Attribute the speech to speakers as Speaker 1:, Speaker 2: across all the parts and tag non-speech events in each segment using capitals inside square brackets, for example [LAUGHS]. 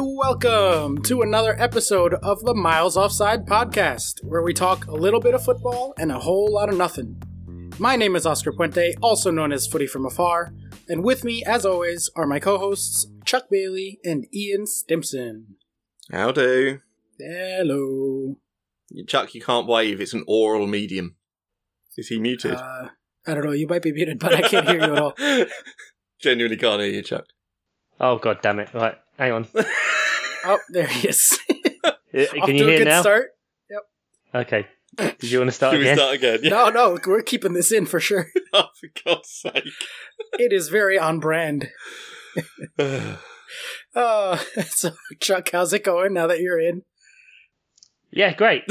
Speaker 1: Welcome to another episode of the Miles Offside podcast, where we talk a little bit of football and a whole lot of nothing. My name is Oscar Puente, also known as Footy from Afar, and with me, as always, are my co hosts, Chuck Bailey and Ian Stimson.
Speaker 2: Howdy.
Speaker 1: Hello.
Speaker 2: Chuck, you can't wave. It's an oral medium. Is he muted?
Speaker 1: Uh, I don't know, you might be muted, but I can't hear you at
Speaker 3: [LAUGHS]
Speaker 1: all.
Speaker 2: [LAUGHS] Genuinely can't hear you, Chuck.
Speaker 3: Oh god damn it! Right,
Speaker 1: [LAUGHS]
Speaker 3: hang on.
Speaker 1: Oh, there he is.
Speaker 3: Uh,
Speaker 1: Off
Speaker 3: Can
Speaker 1: to
Speaker 3: you
Speaker 1: a
Speaker 3: hear
Speaker 1: good
Speaker 3: now?
Speaker 1: start.
Speaker 3: Okay. Did you want to
Speaker 2: [LAUGHS]
Speaker 3: start
Speaker 2: Should we
Speaker 3: again?
Speaker 2: start again? Yeah.
Speaker 1: No, no, we're keeping this in for sure.
Speaker 2: Oh, for God's sake.
Speaker 1: It is very on brand. Uh, [LAUGHS] so, Chuck, how's it going now that you're in?
Speaker 3: Yeah,
Speaker 2: [LAUGHS]
Speaker 3: great.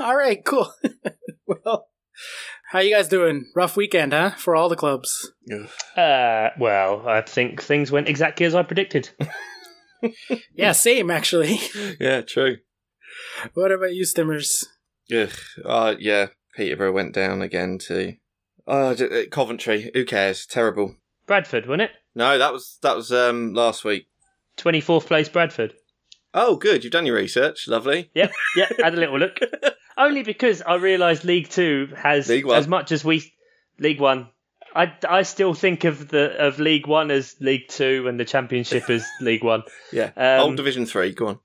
Speaker 1: All right, cool. [LAUGHS] well, how you guys doing? Rough weekend, huh? For all the clubs.
Speaker 3: Uh, well, I think things went exactly as I predicted.
Speaker 1: Yeah, same actually.
Speaker 2: [SIGHS]
Speaker 1: [LAUGHS]
Speaker 2: yeah, true.
Speaker 1: what about you, Stimmers?
Speaker 2: Ugh. Uh, yeah, Peterborough went down again too. Uh, d- uh, Coventry, who cares? Terrible.
Speaker 3: Bradford, wasn't it?
Speaker 2: No, that was that was um last week.
Speaker 3: Twenty fourth place, Bradford.
Speaker 2: Oh, good. You've done your research. Lovely.
Speaker 3: Yep, yep. Had a
Speaker 1: [LAUGHS]
Speaker 3: little look. Only because I realised League Two has
Speaker 2: League One.
Speaker 3: as much as we League One. I, I still think of the of League One as League Two and the Championship as League One.
Speaker 2: Yeah.
Speaker 3: Um,
Speaker 2: Old Division Three. Go on.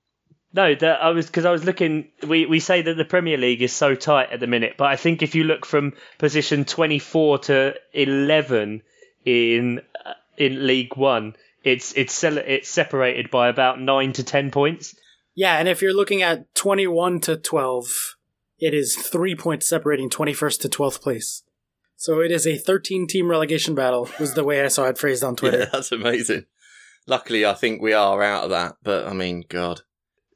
Speaker 3: No, that I was because I was looking. We we say that the Premier League is so tight at the minute, but I think if you look from position twenty four to eleven in uh, in League One, it's it's sel- it's separated by about nine to ten points.
Speaker 1: Yeah, and if you're looking at 21 to 12, it is three points separating 21st to 12th place. So it is a 13 team relegation battle, was the way I saw it phrased on Twitter.
Speaker 2: [LAUGHS] Yeah, that's amazing. Luckily, I think we are out of that. But I mean, God.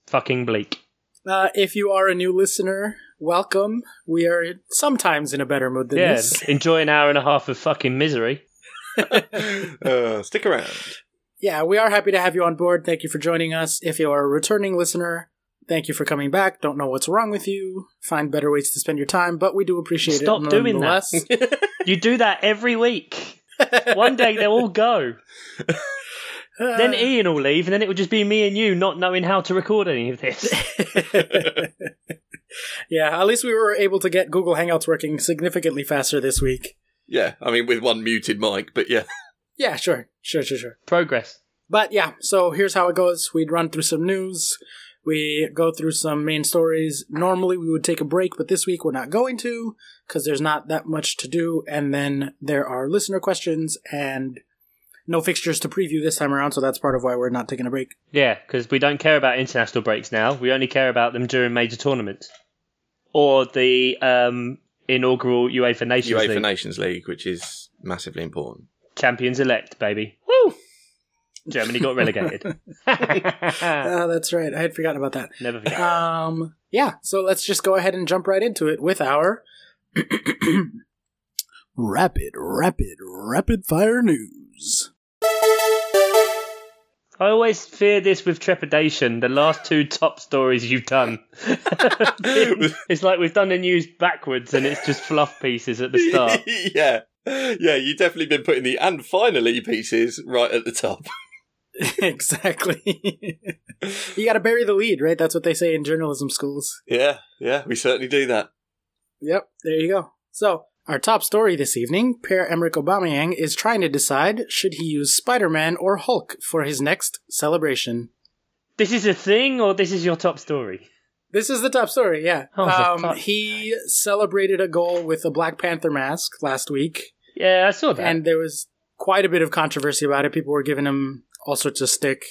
Speaker 3: Fucking bleak.
Speaker 1: Uh, if you are a new listener, welcome. We are sometimes in a better mood than
Speaker 3: Yeah,
Speaker 1: this.
Speaker 3: enjoy an hour and a half of fucking misery.
Speaker 2: [LAUGHS] uh, stick around.
Speaker 1: Yeah, we are happy to have you on board. Thank you for joining us. If you are a returning listener, thank you for coming back. Don't know what's wrong with you. Find better ways to spend your time, but we do appreciate it.
Speaker 3: Stop doing that.
Speaker 1: nonetheless. [LAUGHS]
Speaker 3: You do that every week. One day they'll all go. [LAUGHS] Then Ian will leave, and then it will just be me and you not knowing how to record any of this.
Speaker 1: yeah, at least we were able to get Google Hangouts working significantly faster this week.
Speaker 2: Yeah, I mean, with one muted mic, but yeah.
Speaker 1: Yeah, sure, sure, sure, sure.
Speaker 3: Progress.
Speaker 1: But yeah, so here's how it goes. We'd run through some news. We go through some main stories. Normally we would take a break, but this week we're not going to because there's not that much to do. And then there are listener questions and no fixtures to preview this time around, so that's part of why we're not taking a break.
Speaker 3: Yeah, because we don't care about international breaks now. We only care about them during major tournaments or the um, inaugural UEFA Nations
Speaker 2: UEFA
Speaker 3: League.
Speaker 2: Nations League, which is massively important.
Speaker 3: Champions elect, baby. Woo! Germany got relegated. [LAUGHS] Never
Speaker 1: Ah, that's right. I had forgotten about that.
Speaker 3: forget.
Speaker 1: Um, yeah, so let's just go ahead and jump right into it with our [CLEARS THROAT] rapid, rapid, rapid fire news.
Speaker 3: I always fear this with trepidation. The last two top stories you've done. it's like we've done the news backwards and it's just fluff pieces at the start.
Speaker 2: [LAUGHS] yeah. Yeah, you've definitely been putting the and finally pieces right at the top. [LAUGHS]
Speaker 1: [LAUGHS] exactly. you got to bury the lead, right? That's what they say in journalism schools.
Speaker 2: Yeah, yeah, we certainly do that.
Speaker 1: Yep, there you go. So, our top story this evening Pierre Emerick Aubameyang is trying to decide should he use Spider Man or Hulk for his next celebration.
Speaker 3: This is a thing or this is your top story?
Speaker 1: This is the top story, yeah.
Speaker 3: Oh, the
Speaker 1: um,
Speaker 3: top-
Speaker 1: he celebrated a goal with a Black Panther mask last week,
Speaker 3: Yeah, I saw that.
Speaker 1: and there was quite a bit of controversy about it. People were giving him all sorts of stick.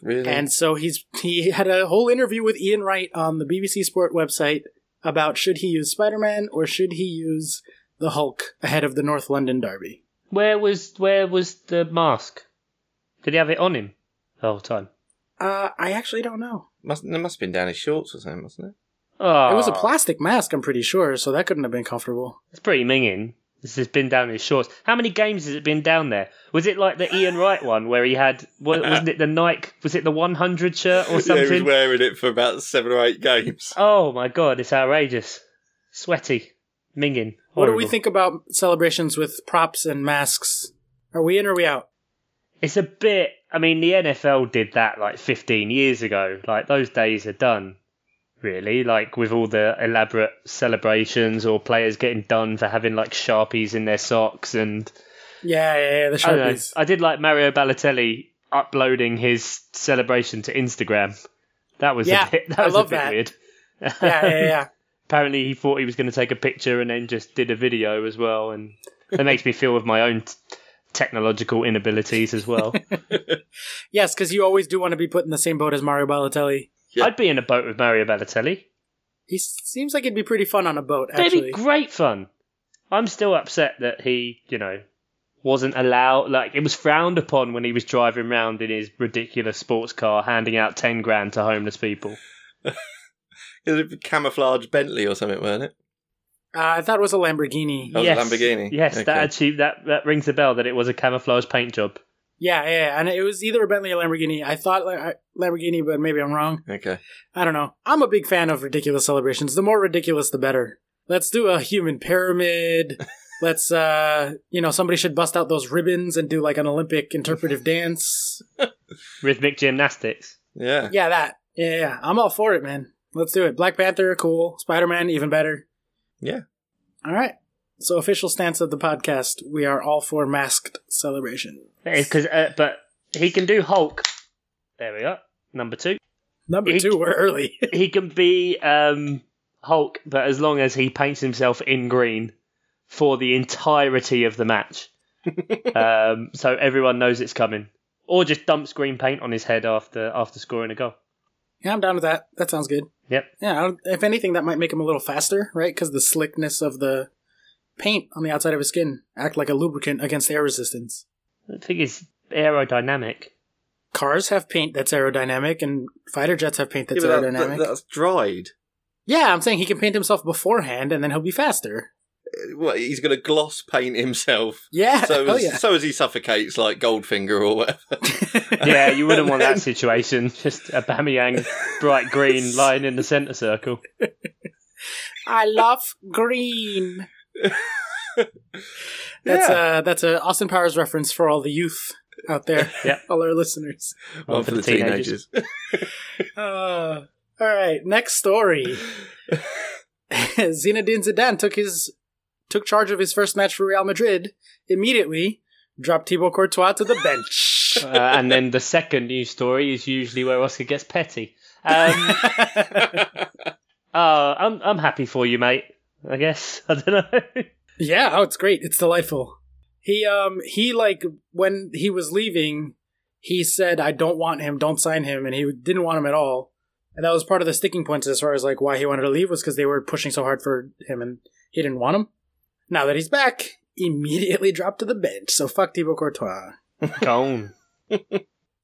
Speaker 2: Really?
Speaker 1: And so he's he had a whole interview with Ian Wright on the BBC Sport website about should he use Spider-Man or should he use the Hulk ahead of the North London derby.
Speaker 3: Where was where was the mask? Did he have it on him the whole time?
Speaker 1: Uh, I actually don't know.
Speaker 2: must, it must have been down his shorts or something, wasn't it?
Speaker 3: Oh,
Speaker 1: It was a plastic mask, I'm pretty sure, so that couldn't have been comfortable.
Speaker 3: It's pretty minging. This has been down his shorts. How many games has it been down there? Was it like the Ian Wright one where he had? wa- Wasn't it the Nike? Was it the 100
Speaker 2: Yeah,
Speaker 3: shirt or
Speaker 2: he was
Speaker 3: something?
Speaker 2: wearing it for about seven or eight games. [LAUGHS]
Speaker 3: oh my god, it's outrageous. Sweaty, minging.
Speaker 1: What do
Speaker 3: Horrible.
Speaker 1: we think about celebrations with props and masks? Are we in or are we out?
Speaker 3: It's a bit. I mean, the NFL did that like 15 years ago. Like those days are done, really. Like with all the elaborate celebrations or players getting done for having like sharpies in their socks and
Speaker 1: Yeah, yeah, yeah. The
Speaker 3: I, don't know. [LAUGHS]
Speaker 1: sharpies.
Speaker 3: I did like Mario Balotelli uploading his celebration to Instagram. That was
Speaker 1: Yeah,
Speaker 3: a bit, [LAUGHS] that
Speaker 1: I
Speaker 3: was
Speaker 1: love
Speaker 3: a bit
Speaker 1: that.
Speaker 3: weird.
Speaker 1: yeah, yeah, yeah.
Speaker 3: Apparently, he thought he was going to take a picture and then just did a video as well, and that makes me feel with my own t- technological inabilities as well.
Speaker 1: Yes, because you always do want to be put in the same boat as Mario Balotelli.
Speaker 2: Yeah.
Speaker 3: I'd be in a boat with Mario Balotelli.
Speaker 1: He s- seems like it'd be pretty fun on a boat,
Speaker 3: It'd be
Speaker 1: actually.
Speaker 3: great fun. I'm still upset that he, you know, wasn't allowed. Like it was frowned upon when he was driving around in his ridiculous sports car, handing out ten grand to homeless people.
Speaker 2: It'd be camouflage Bentley or something, weren't it?
Speaker 1: Uh, I thought it was a Lamborghini.
Speaker 2: That was a Lamborghini.
Speaker 3: Yes,
Speaker 2: Okay.
Speaker 3: that actually that, that rings a bell that it was a camouflage paint job.
Speaker 1: Yeah, yeah, yeah, and it was either a Bentley or Lamborghini. I thought La- I- Lamborghini, but maybe I'm wrong.
Speaker 2: Okay.
Speaker 1: I don't know. I'm a big fan of ridiculous celebrations. The more ridiculous, the better. Let's do a human pyramid. Let's, uh, you know, somebody should bust out those ribbons and do like an Olympic interpretive dance.
Speaker 3: Rhythmic gymnastics.
Speaker 2: Yeah.
Speaker 1: Yeah, that. Yeah, yeah, yeah. I'm all for it, man. Let's do it. Black Panther, cool. Spider Man, even better.
Speaker 2: Yeah.
Speaker 1: All right. So, official stance of the podcast: we are all for masked celebration.
Speaker 3: Because uh, but he can do Hulk. There we are. Number two.
Speaker 1: Number
Speaker 3: Eek.
Speaker 1: two, we're early. [LAUGHS]
Speaker 3: he can be um, Hulk, but as long as he paints himself in green for the entirety of
Speaker 2: [LAUGHS]
Speaker 3: the match, um, so everyone knows it's coming, or just dumps green paint on his head after after scoring a goal.
Speaker 1: yeah, I'm down with that. That sounds good.
Speaker 3: Yep.
Speaker 1: Yeah. I don't- If anything, that might make him a little faster, right? Because the slickness of the paint on the outside of his skin act like a lubricant against air resistance.
Speaker 3: I think it's
Speaker 2: [LAUGHS]
Speaker 3: aerodynamic.
Speaker 1: Cars have paint that's aerodynamic, and fighter jets have paint
Speaker 2: Yeah,
Speaker 1: that's
Speaker 2: but that-
Speaker 1: aerodynamic.
Speaker 2: that- that's dried.
Speaker 1: yeah, I'm saying he can paint himself beforehand, and then he'll be faster.
Speaker 2: Uh, What, he's going to gloss paint himself.
Speaker 1: Yeah.
Speaker 2: [LAUGHS] So
Speaker 1: hell
Speaker 2: as,
Speaker 1: Oh, yeah.
Speaker 2: so as he suffocates like Goldfinger or whatever.
Speaker 3: Yeah, you wouldn't want that situation. [LAUGHS] Just a Bamiyang bright
Speaker 2: [LAUGHS]
Speaker 3: green lying in the centre circle.
Speaker 1: I love
Speaker 2: [LAUGHS]
Speaker 1: green. That's
Speaker 2: Yeah.
Speaker 1: uh that's a Austin Powers reference for all the youth out there.
Speaker 3: Yep.
Speaker 1: All our listeners.
Speaker 2: [LAUGHS] One for the teenagers.
Speaker 1: Uh, all right, next story. [LAUGHS] Zinedine Zidane took his took charge of his first match for Real Madrid, immediately dropped Thibaut Courtois to the bench.
Speaker 3: Uh, and then the second news story is usually where Oscar gets petty. Um,
Speaker 1: [LAUGHS]
Speaker 3: Uh, I'm I'm happy for you, mate. I guess [LAUGHS] I don't know.
Speaker 1: Yeah, oh, it's great. It's delightful. He um he like when he was leaving, he said, "I don't want him. Don't sign him," and he didn't want him at all. And that was part of the sticking points as far as like why he wanted to leave was because they were pushing so hard for him and he didn't want him. Now that he's back, immediately dropped to the bench. So fuck Thibaut Courtois.
Speaker 3: Gone.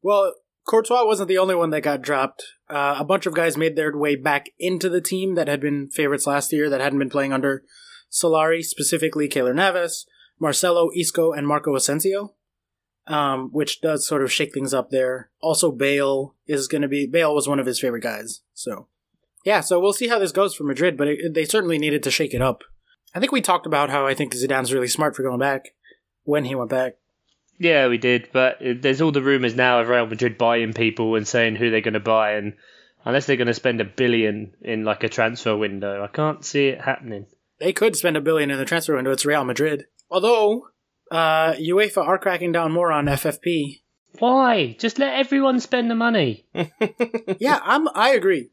Speaker 1: Well, Courtois wasn't the only one that got dropped. Uh, a bunch of guys made their way back into the team that had been favorites last year that hadn't been playing under Solari, specifically Kaylor Navas, Marcelo, Isco, and Marco Asensio, um, which does sort of shake things up there. Also, Bale is going to be. Bale was one of his favorite guys. So, yeah, so we'll see how this goes for Madrid, but it, they certainly needed to shake it up. I think we talked about how I think Zidane's really smart for going back when he went back.
Speaker 3: [LAUGHS] Yeah, we did, but there's all the rumours now of Real Madrid buying people and saying who they're going to buy, and unless they're going to spend a billion in like a transfer window, I can't see it happening.
Speaker 1: They could spend a billion in the transfer window. It's Real Madrid. Although, uh, UEFA are cracking down more on [LAUGHS] FFP.
Speaker 3: Why? Just let everyone spend the money.
Speaker 1: yeah, I'm. I agree.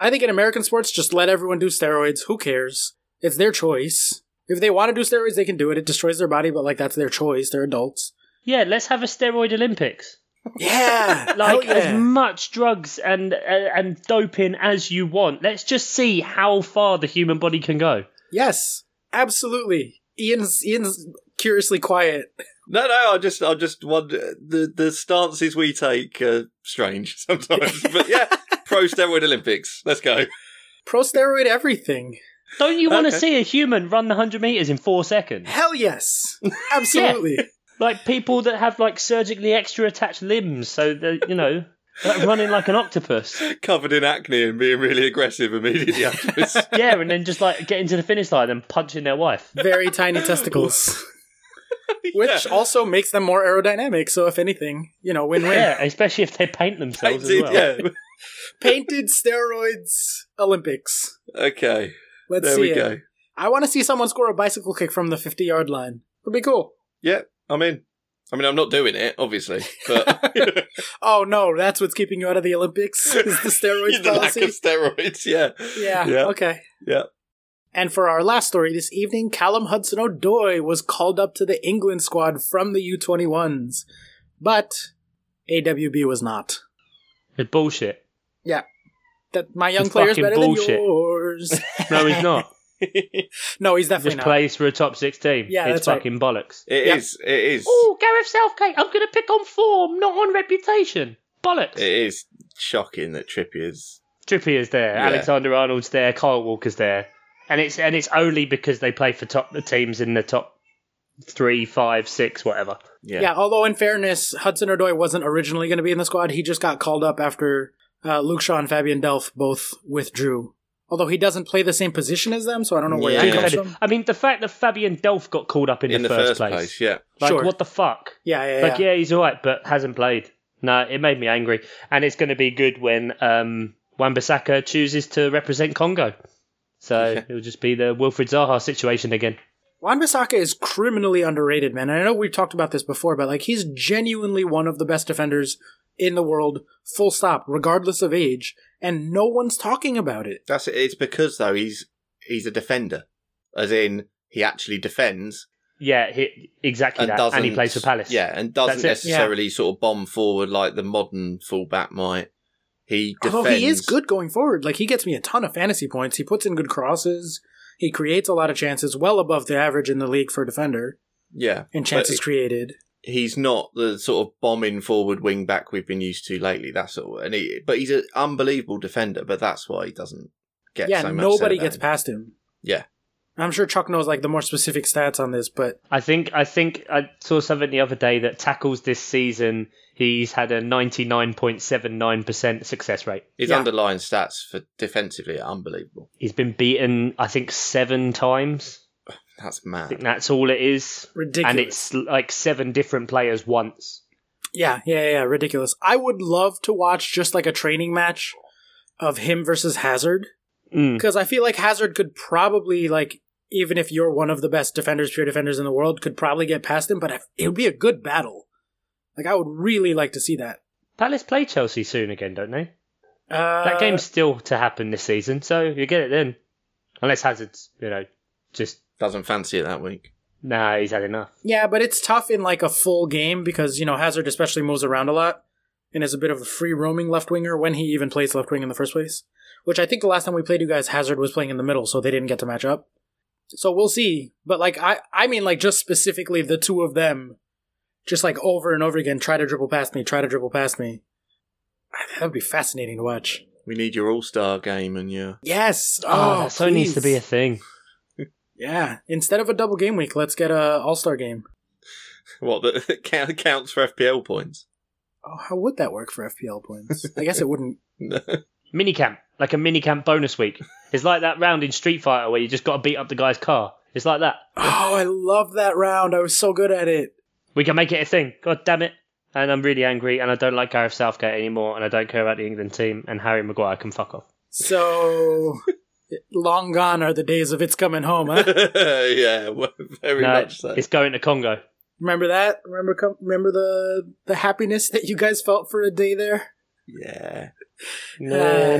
Speaker 1: I think in American sports, just let everyone do steroids. Who cares? It's their choice. If they want to do steroids, they can do it. It destroys their body, but like that's their choice. They're adults.
Speaker 3: Yeah, let's have a steroid Olympics.
Speaker 1: [LAUGHS] Yeah,
Speaker 3: Like
Speaker 1: hell
Speaker 3: as
Speaker 1: yeah.
Speaker 3: much drugs and uh, and doping as you want. Let's just see how far the human body can go.
Speaker 1: yes, absolutely. Ian's Ian's curiously quiet.
Speaker 2: [LAUGHS] No, no, I just, I just wonder the the stances we take are strange [LAUGHS] sometimes. But yeah, pro steroid Olympics. Let's go. [LAUGHS]
Speaker 1: Pro steroid everything.
Speaker 3: Don't you want to
Speaker 2: Okay.
Speaker 3: see a human run the hundred meters in four seconds?
Speaker 1: Hell [LAUGHS] yes, absolutely.
Speaker 3: like people that have like surgically extra attached limbs, so that you know, like running like an octopus.
Speaker 2: Covered in acne and being really aggressive
Speaker 1: [LAUGHS]
Speaker 2: immediately afterwards. [LAUGHS]
Speaker 3: Yeah, and then just like getting to the finish line and punching their wife.
Speaker 1: Very tiny testicles. which also makes them more aerodynamic. So if anything, you know, win-win.
Speaker 3: Yeah, especially if they paint themselves
Speaker 2: Painted,
Speaker 3: as well.
Speaker 2: yeah. [LAUGHS]
Speaker 1: Painted steroids Olympics.
Speaker 2: Okay,
Speaker 1: Let's
Speaker 2: there
Speaker 1: see
Speaker 2: we
Speaker 1: it.
Speaker 2: go.
Speaker 1: I want to see someone score a bicycle kick from the 50 yard line. It'd be cool.
Speaker 2: I'm in. I mean, I'm not doing it, obviously, but
Speaker 1: [LAUGHS]
Speaker 2: [LAUGHS]
Speaker 1: Oh no, that's what's keeping you out of the Olympics is the steroids
Speaker 2: the lack
Speaker 1: policy.
Speaker 2: of steroids. Yeah,
Speaker 1: Yeah,
Speaker 2: yeah.
Speaker 1: okay.
Speaker 2: Yeah.
Speaker 1: And for our last story this evening, Callum Hudson Odoi was called up to the England squad from the U21s, but AWB was not.
Speaker 3: It's bullshit.
Speaker 1: That my young
Speaker 3: It's
Speaker 1: player's
Speaker 3: fucking
Speaker 1: better
Speaker 3: bullshit.
Speaker 1: than yours.
Speaker 3: No,
Speaker 1: [LAUGHS]
Speaker 3: he's not.
Speaker 1: no, he's definitely
Speaker 3: Just
Speaker 1: not.
Speaker 3: plays for a top six team.
Speaker 1: Yeah,
Speaker 3: it's
Speaker 1: that's right.
Speaker 3: fucking bollocks.
Speaker 2: It
Speaker 1: Yeah.
Speaker 2: is. It is.
Speaker 3: Oh, Gareth Southgate, I'm going to pick on form, not on reputation. Bollocks.
Speaker 2: It is shocking that Trippier's.
Speaker 3: Trippier's there,
Speaker 2: Yeah.
Speaker 3: Alexander Arnold's there, Kyle Walker's there, and it's and it's only because they play for top the teams in the top three, five, six, whatever.
Speaker 2: Yeah.
Speaker 1: Yeah. although in fairness, Hudson Odoi wasn't originally going to be in the squad. He just got called up after uh, Luke Shaw and Fabian Delph both withdrew. Although he doesn't play the same position as them, so I don't know where
Speaker 2: Yeah.
Speaker 1: that
Speaker 2: Yeah.
Speaker 1: comes
Speaker 3: Incredible.
Speaker 1: from.
Speaker 3: I mean, the fact that Fabian Delph got called up in,
Speaker 2: in the first place. Yeah.
Speaker 3: like
Speaker 1: Sure.
Speaker 3: what the fuck?
Speaker 1: Yeah, yeah, yeah.
Speaker 3: Like yeah, he's all right, but hasn't played. No, it made me angry, and it's going to be good when um, Wan-Bissaka chooses to represent Congo. So [LAUGHS] it'll just be the Wilfred Zaha situation again.
Speaker 1: Wan Bissaka is criminally underrated, man. And I know we've talked about this before, but like he's genuinely one of the best defenders in the world, full stop, regardless of age, and no one's talking about it.
Speaker 2: That's it. It's because though he's he's a defender, as in he actually defends
Speaker 3: Yeah, he, exactly
Speaker 2: and
Speaker 3: that,
Speaker 2: doesn't.
Speaker 3: and he plays for Palace.
Speaker 2: Yeah, and
Speaker 3: That's
Speaker 2: doesn't
Speaker 3: it.
Speaker 2: necessarily sort of bomb forward like the modern fullback might. He defends.
Speaker 1: Although Oh, he is good going forward. Like he gets me a ton of fantasy points. He puts in good crosses. He creates a lot of chances, well above the average in the league for a defender,
Speaker 2: Yeah,
Speaker 1: and
Speaker 2: but
Speaker 1: chances created.
Speaker 2: he's not the sort of bombing forward wing back we've been used to lately. That's all. And he, but he's an unbelievable defender. But that's why he doesn't get.
Speaker 1: Yeah,
Speaker 2: so much
Speaker 1: nobody
Speaker 2: said about
Speaker 1: gets
Speaker 2: him.
Speaker 1: past him.
Speaker 2: Yeah.
Speaker 1: I'm sure Chuck knows like the more specific stats on this, but
Speaker 3: I think I think I saw something the other day that tackles this season. He's had a ninety nine point seven nine percent success rate.
Speaker 2: His
Speaker 1: Yeah.
Speaker 2: underlying stats for defensively are unbelievable.
Speaker 3: He's been beaten, I think, seven times.
Speaker 2: That's
Speaker 3: I think
Speaker 2: mad.
Speaker 3: that's all it is,
Speaker 1: ridiculous.
Speaker 3: and it's like seven different players once.
Speaker 1: Yeah, yeah, yeah, yeah, ridiculous. I would love to watch just like a training match of him versus Hazard
Speaker 2: Hmm.
Speaker 3: Mm.
Speaker 1: because I feel like Hazard could probably like even if you're one of the best defenders, pure defenders in the world, could probably get past him. But I- it would be a good battle. Like I would really like to see that.
Speaker 3: Palace play Chelsea soon again, don't they?
Speaker 1: Uh,
Speaker 3: That game's still to happen this season, so you get it then. Unless Hazard's, you know, just
Speaker 2: Doesn't fancy it that week.
Speaker 3: nah, he's had enough.
Speaker 1: yeah, but it's tough in like a full game because you know Hazard especially moves around a lot and is a bit of a free roaming left winger when he even plays left wing in the first place. Which I think the last time we played you guys, Hazard was playing in the middle, so they didn't get to match up. So we'll see. But like I, I mean like just specifically the two of them, just like over and over again, try to dribble past me, try to dribble past me. Ah, That would be fascinating to watch.
Speaker 2: We need your all star game and your
Speaker 1: Yes.
Speaker 3: Oh,
Speaker 1: Oh,
Speaker 3: that so needs to be a
Speaker 1: please.
Speaker 3: thing.
Speaker 1: yeah. Instead of a double game week, let's get a All Star game.
Speaker 2: what that [LAUGHS] count- counts for FPL
Speaker 3: [LAUGHS]
Speaker 2: points.
Speaker 1: Oh, how would that work for FPL points? I guess it wouldn't.
Speaker 2: No.
Speaker 3: Mini camp, like a mini camp bonus week. It's like that round in Street Fighter where you just got to beat up the guy's car. It's like that.
Speaker 1: Oh, I love that round. I was so good at it.
Speaker 3: We can make it a thing. God damn it. And I'm really angry, and I don't like Gareth Southgate anymore, and I don't care about the England team, and Harry Maguire can fuck off.
Speaker 1: So long gone are the days of it's coming home,
Speaker 2: [LAUGHS]
Speaker 1: huh?
Speaker 2: yeah, well, very
Speaker 3: No,
Speaker 2: much so.
Speaker 3: it's going to Congo.
Speaker 1: Remember that? Remember com- remember the the happiness that you guys felt for a day there?
Speaker 2: Yeah.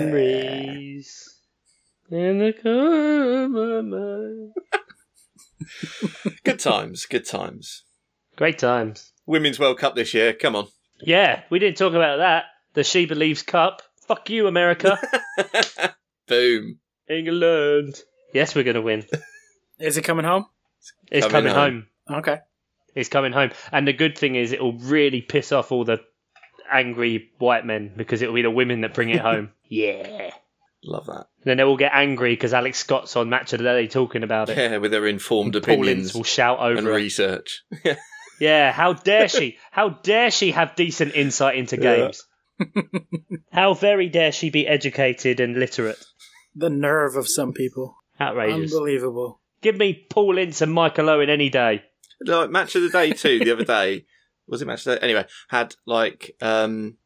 Speaker 3: Memories. In the corner of my mind.
Speaker 2: Good times, good times.
Speaker 3: Great times.
Speaker 2: Women's World Cup this year, come on.
Speaker 3: Yeah, we didn't talk about that. The She Believes Cup. Fuck you, America.
Speaker 2: Boom.
Speaker 3: England. Yes, we're going to win.
Speaker 1: Is it coming home?
Speaker 3: It's
Speaker 2: Coming
Speaker 3: coming,
Speaker 2: home.
Speaker 3: home.
Speaker 1: Okay.
Speaker 3: It's coming home. And the good thing is, it'll really piss off all the angry white men because it'll be the women that bring it home. yeah.
Speaker 2: Love that.
Speaker 3: Then they'll all get angry because Alex Scott's on Match of the Day talking about it.
Speaker 2: Yeah, with their informed
Speaker 3: Paulins
Speaker 2: opinions
Speaker 3: will shout over
Speaker 2: and
Speaker 3: her.
Speaker 2: research.
Speaker 3: Yeah, how dare she? How dare she have decent insight into
Speaker 2: Yeah.
Speaker 3: games? how very dare she be educated and literate?
Speaker 1: The nerve of some people.
Speaker 3: Outrageous.
Speaker 1: Unbelievable.
Speaker 3: Give me Paul Ince and Michael Owen any day.
Speaker 2: like match of the day too. The other day [LAUGHS] was it match of the day? Anyway, had like um,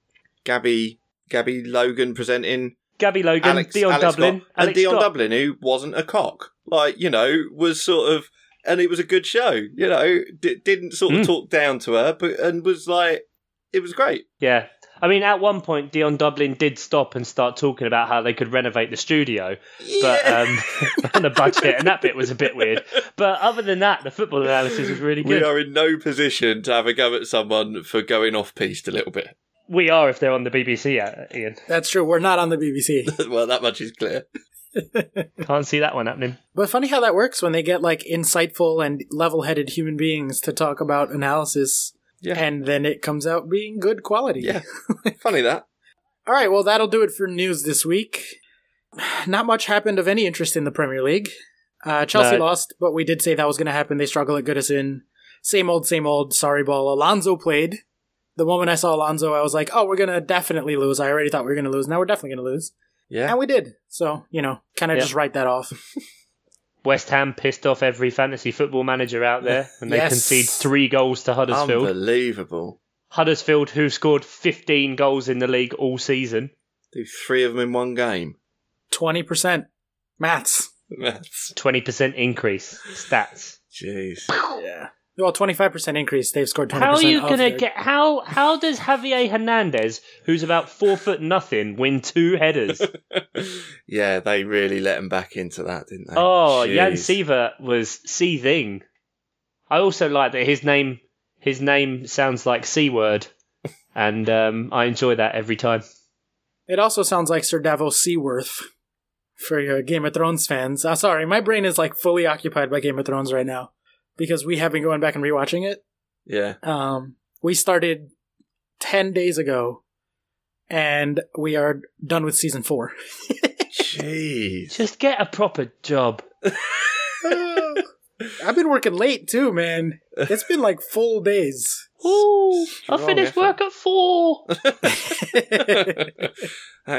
Speaker 2: Gabby Gabby Logan presenting
Speaker 3: Gabby Logan,
Speaker 2: Alex
Speaker 3: Dion
Speaker 2: Alex
Speaker 3: Dublin,
Speaker 2: Scott. and
Speaker 3: Alex
Speaker 2: Dion
Speaker 3: Scott.
Speaker 2: Dublin, who wasn't a cock, like you know, was sort of, and it was a good show. You know, D- didn't sort of
Speaker 3: Mm.
Speaker 2: talk down to her, but and was like, it was great.
Speaker 3: Yeah. I mean, at one point, Dion Dublin did stop and start talking about how they could renovate the studio, but [LAUGHS]
Speaker 2: Yeah.
Speaker 3: um, on a budget, and that bit was a bit weird. But other than that, the football analysis was really
Speaker 2: we
Speaker 3: good.
Speaker 2: are in no position to have a go at someone for going off piste a little bit. [LAUGHS]
Speaker 3: We are, if they're on the BBC, uh, Ian.
Speaker 1: That's true. We're not on the BBC.
Speaker 2: well, that much is clear.
Speaker 3: Can't see that one happening.
Speaker 1: But funny how that works when they get like insightful and level headed human beings to talk about analysis
Speaker 2: Yeah.
Speaker 1: and then it comes out being good quality.
Speaker 2: Yeah, [LAUGHS] funny that.
Speaker 1: All right, well, that'll do it for news this week. Not much happened of any interest in the Premier League. Uh, Chelsea
Speaker 3: No.
Speaker 1: lost, but we did say that was going to happen. They struggle at Goodison. Same old, same old. Sorry, ball. Alonso played. The moment I saw Alonso, I was like, oh, we're going to definitely lose. I already thought we were going to lose. Now we're definitely going to lose.
Speaker 2: Yeah,
Speaker 1: And we did. So, you know, kind of
Speaker 3: Yeah.
Speaker 1: just write that off.
Speaker 3: West Ham pissed off every fantasy football manager out there, and they
Speaker 1: Yes.
Speaker 3: concede three goals to Huddersfield.
Speaker 2: unbelievable.
Speaker 3: Huddersfield, who scored 15 goals in the league all season.
Speaker 2: Do three of them in one game. [LAUGHS]
Speaker 1: 20%. Maths.
Speaker 2: That's
Speaker 3: 20% increase. Stats.
Speaker 2: jeez.
Speaker 1: Yeah. Well, 25% increase. They've scored 20%.
Speaker 3: How are you
Speaker 1: of
Speaker 3: going to
Speaker 1: their-
Speaker 3: get. How How does Javier Hernandez, who's about four foot nothing, win two headers?
Speaker 2: yeah, they really let him back into that, didn't they?
Speaker 3: Oh, Jan
Speaker 2: Jeez.
Speaker 3: Sievert was seething. I also like that his name his name sounds like C word, and um, I enjoy that every time.
Speaker 1: It also sounds like Sir Davos Seaworth for your Game of Thrones fans. Uh, sorry, my brain is like fully occupied by Game of Thrones right now because we have been going back and rewatching it.
Speaker 2: Yeah.
Speaker 1: Um, we started 10 days ago and we are done with season four. [LAUGHS]
Speaker 2: Jeez.
Speaker 3: Just get a proper job.
Speaker 1: I've been working late too, man. It's been like full days.
Speaker 3: Ooh, I
Speaker 2: Strong
Speaker 3: finished
Speaker 2: effort.
Speaker 3: work at four.
Speaker 2: that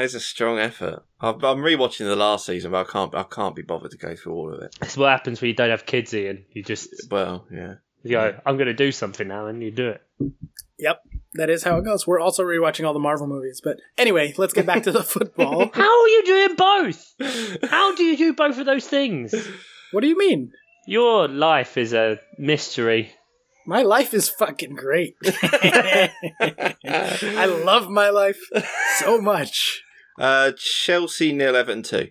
Speaker 2: is a strong effort. I've, I'm rewatching the last season, but I can't. I can't be bothered to go through all of it.
Speaker 3: [LAUGHS] That's what happens when you don't have kids, Ian. You just
Speaker 2: Well,
Speaker 1: [LAUGHS]
Speaker 2: yeah.
Speaker 3: go, I'm going to do something now, and you do it.
Speaker 1: That is how it goes. We're also rewatching all the Marvel movies. But anyway, let's get back to the football.
Speaker 3: How are you doing both? [LAUGHS] How do you do both of those things?
Speaker 1: What do you mean?
Speaker 3: Your life is a mystery.
Speaker 1: My life is fucking great. I love my life so much.
Speaker 2: Uh, Chelsea nil Everton two.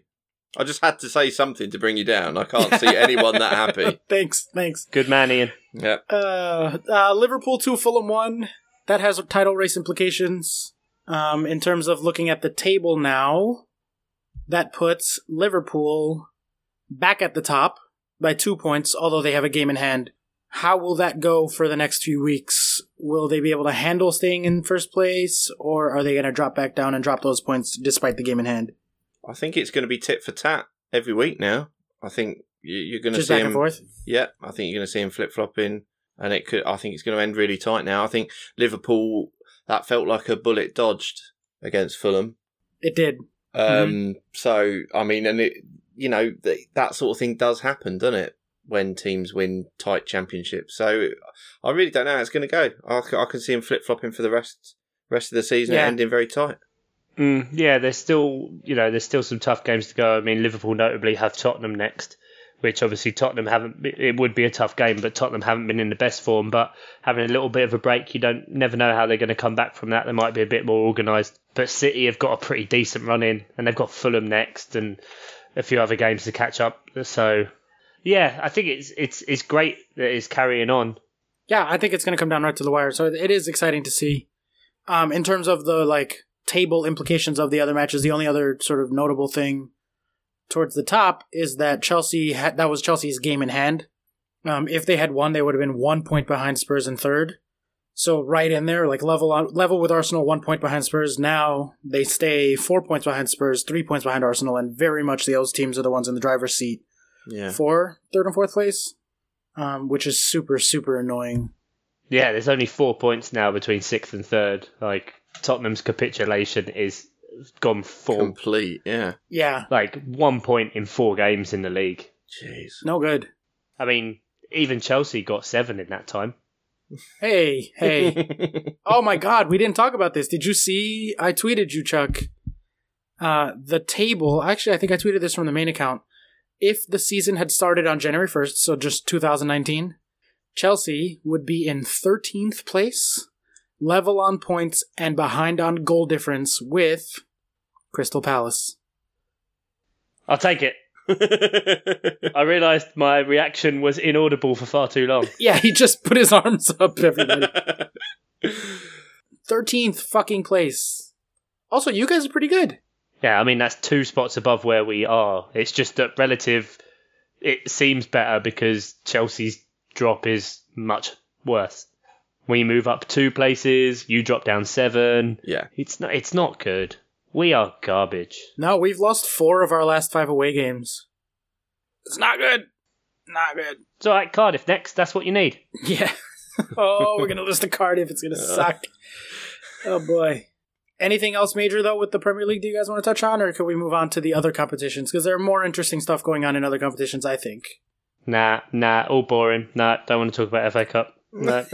Speaker 2: I just had to say something to bring you down. I can't see anyone
Speaker 1: [LAUGHS]
Speaker 2: that happy.
Speaker 1: thanks, thanks.
Speaker 3: Good man, Ian.
Speaker 2: Yeah.
Speaker 1: Uh, uh, Liverpool 2, Fulham 1. That has title race implications. Um, in terms of looking at the table now, that puts Liverpool back at the top by two points, although they have a game in hand. How will that go for the next few weeks? Will they be able to handle staying in first place, or are they going to drop back down and drop those points despite the game in hand?
Speaker 2: I think it's going to be tit for tat every week now. I think you- you're going to
Speaker 1: Just
Speaker 2: see
Speaker 1: back
Speaker 2: him.
Speaker 1: and forth?
Speaker 2: Yeah, I think you're going to see him flip flopping, and it could. I think it's going to end really tight now. I think Liverpool that felt like a bullet dodged against Fulham.
Speaker 1: It did.
Speaker 2: Um, So I mean, and it you know th- that sort of thing does happen, doesn't it? When teams win tight championships, so I really don't know how it's going to go. I, c- I can see him flip flopping for the rest rest of the season,
Speaker 1: Yeah.
Speaker 2: and ending very tight.
Speaker 3: Mm, yeah, there's still you know there's still some tough games to go. I mean, Liverpool notably have Tottenham next, which obviously Tottenham haven't. It would be a tough game, but Tottenham haven't been in the best form. But having a little bit of a break, you don't never know how they're going to come back from that. They might be a bit more organised. But City have got a pretty decent run in, and they've got Fulham next, and a few other games to catch up. So yeah, I think it's it's it's great that it's carrying on.
Speaker 1: Yeah, I think it's going to come down right to the wire. So it is exciting to see. Um, in terms of the like table implications of the other matches, the only other sort of notable thing towards the top is that Chelsea had that was Chelsea's game in hand. Um, if they had won, they would have been one point behind Spurs in third. So right in there, like level on level with Arsenal, one point behind Spurs. Now they stay four points behind Spurs, three points behind Arsenal, and very much those teams are the ones in the driver's seat
Speaker 2: Yeah,
Speaker 1: for third and fourth place, um, which is super super annoying.
Speaker 3: Yeah, there's only four points now between sixth and third. Like Tottenham's capitulation is gone full.
Speaker 2: complete. Yeah,
Speaker 1: Yeah,
Speaker 2: [LAUGHS]
Speaker 3: like one point in four games in the league.
Speaker 2: jeez.
Speaker 1: no good.
Speaker 3: I mean, even Chelsea got seven in that time.
Speaker 1: Hey, hey. oh my God, we didn't talk about this. Did you see? I tweeted you, Chuck. Uh, the table. Actually, I think I tweeted this from the main account. If the season had started on January 1st, so just 2019, Chelsea would be in 13th place, level on points, and behind on goal difference with Crystal Palace.
Speaker 3: I'll take it. I realised my reaction was inaudible for far too long.
Speaker 1: Yeah, he just put his [LAUGHS] arms up, everybody. 13th fucking place. Also, you guys are pretty good.
Speaker 3: Yeah, I mean that's two spots above where we are. It's just that relative, it seems better because Chelsea's drop is much worse. We move up two places. You drop down seven.
Speaker 2: [LAUGHS] yeah.
Speaker 3: It's not. It's not good. We are garbage.
Speaker 1: No, we've lost four of our last five away games. It's not good. Not good.
Speaker 3: It's all right, Cardiff next. That's what you need. [LAUGHS]
Speaker 1: Yeah. oh, we're gonna lose to Cardiff. It's gonna
Speaker 2: Uh.
Speaker 1: suck. Oh boy. Anything else major though with the Premier League? Do you guys want to touch on, or can we move on to the other competitions? Because there are more interesting stuff going on in other competitions. I think.
Speaker 3: Nah, nah. All boring. Nah, don't want to talk about FA Cup. No.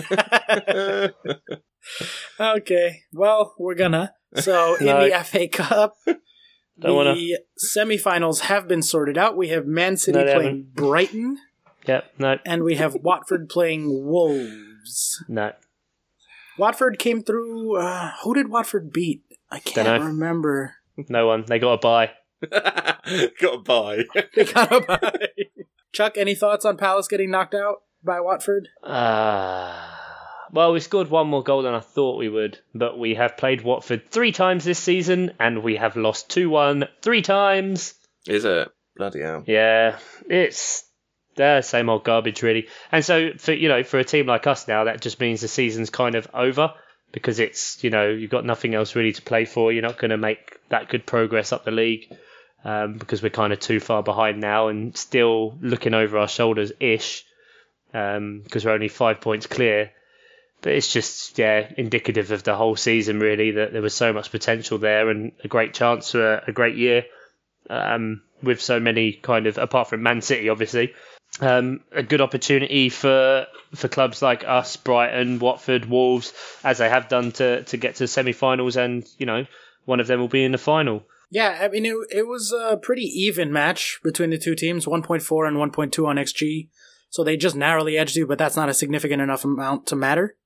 Speaker 1: okay. Well, we're gonna.
Speaker 3: [LAUGHS]
Speaker 1: So in
Speaker 3: No.
Speaker 1: the FA Cup,
Speaker 3: Don't wanna.
Speaker 1: the semifinals have been sorted out. We have Man City
Speaker 3: No, they
Speaker 1: playing
Speaker 3: haven't.
Speaker 1: Brighton,
Speaker 3: yep. No.
Speaker 1: and we have Watford playing Wolves.
Speaker 3: No.
Speaker 1: Watford came through. Uh, who did Watford beat? I can't
Speaker 3: Dunno.
Speaker 1: remember. [LAUGHS]
Speaker 3: No one. They got a buy.
Speaker 2: Got a buy.
Speaker 1: They got a bye. Chuck, any thoughts on Palace getting knocked out by Watford?
Speaker 3: Uh, well, we scored one more goal than I thought we would, but we have played Watford three times this season, and we have lost 2 1 three times.
Speaker 2: Is it? Bloody hell.
Speaker 3: Yeah, it's the same old garbage, really. And so, for you know, for a team like us now, that just means the season's kind of over because it's you know you've got nothing else really to play for. You're not going to make that good progress up the league um, because we're kind of too far behind now and still looking over our shoulders ish because we're only five points clear. But it's just yeah indicative of the whole season really that there was so much potential there and a great chance for a, a great year um, with so many kind of apart from Man City, obviously, um, a good opportunity for for clubs like us, Brighton, Watford, Wolves, as they have done to to get to semi-finals, and you know one of them will be in the final.
Speaker 1: Yeah, I mean, it, it was a pretty even match between the two teams 1.4 and 1.2 on XG. So they just narrowly edged you, but that's not a significant enough amount to matter.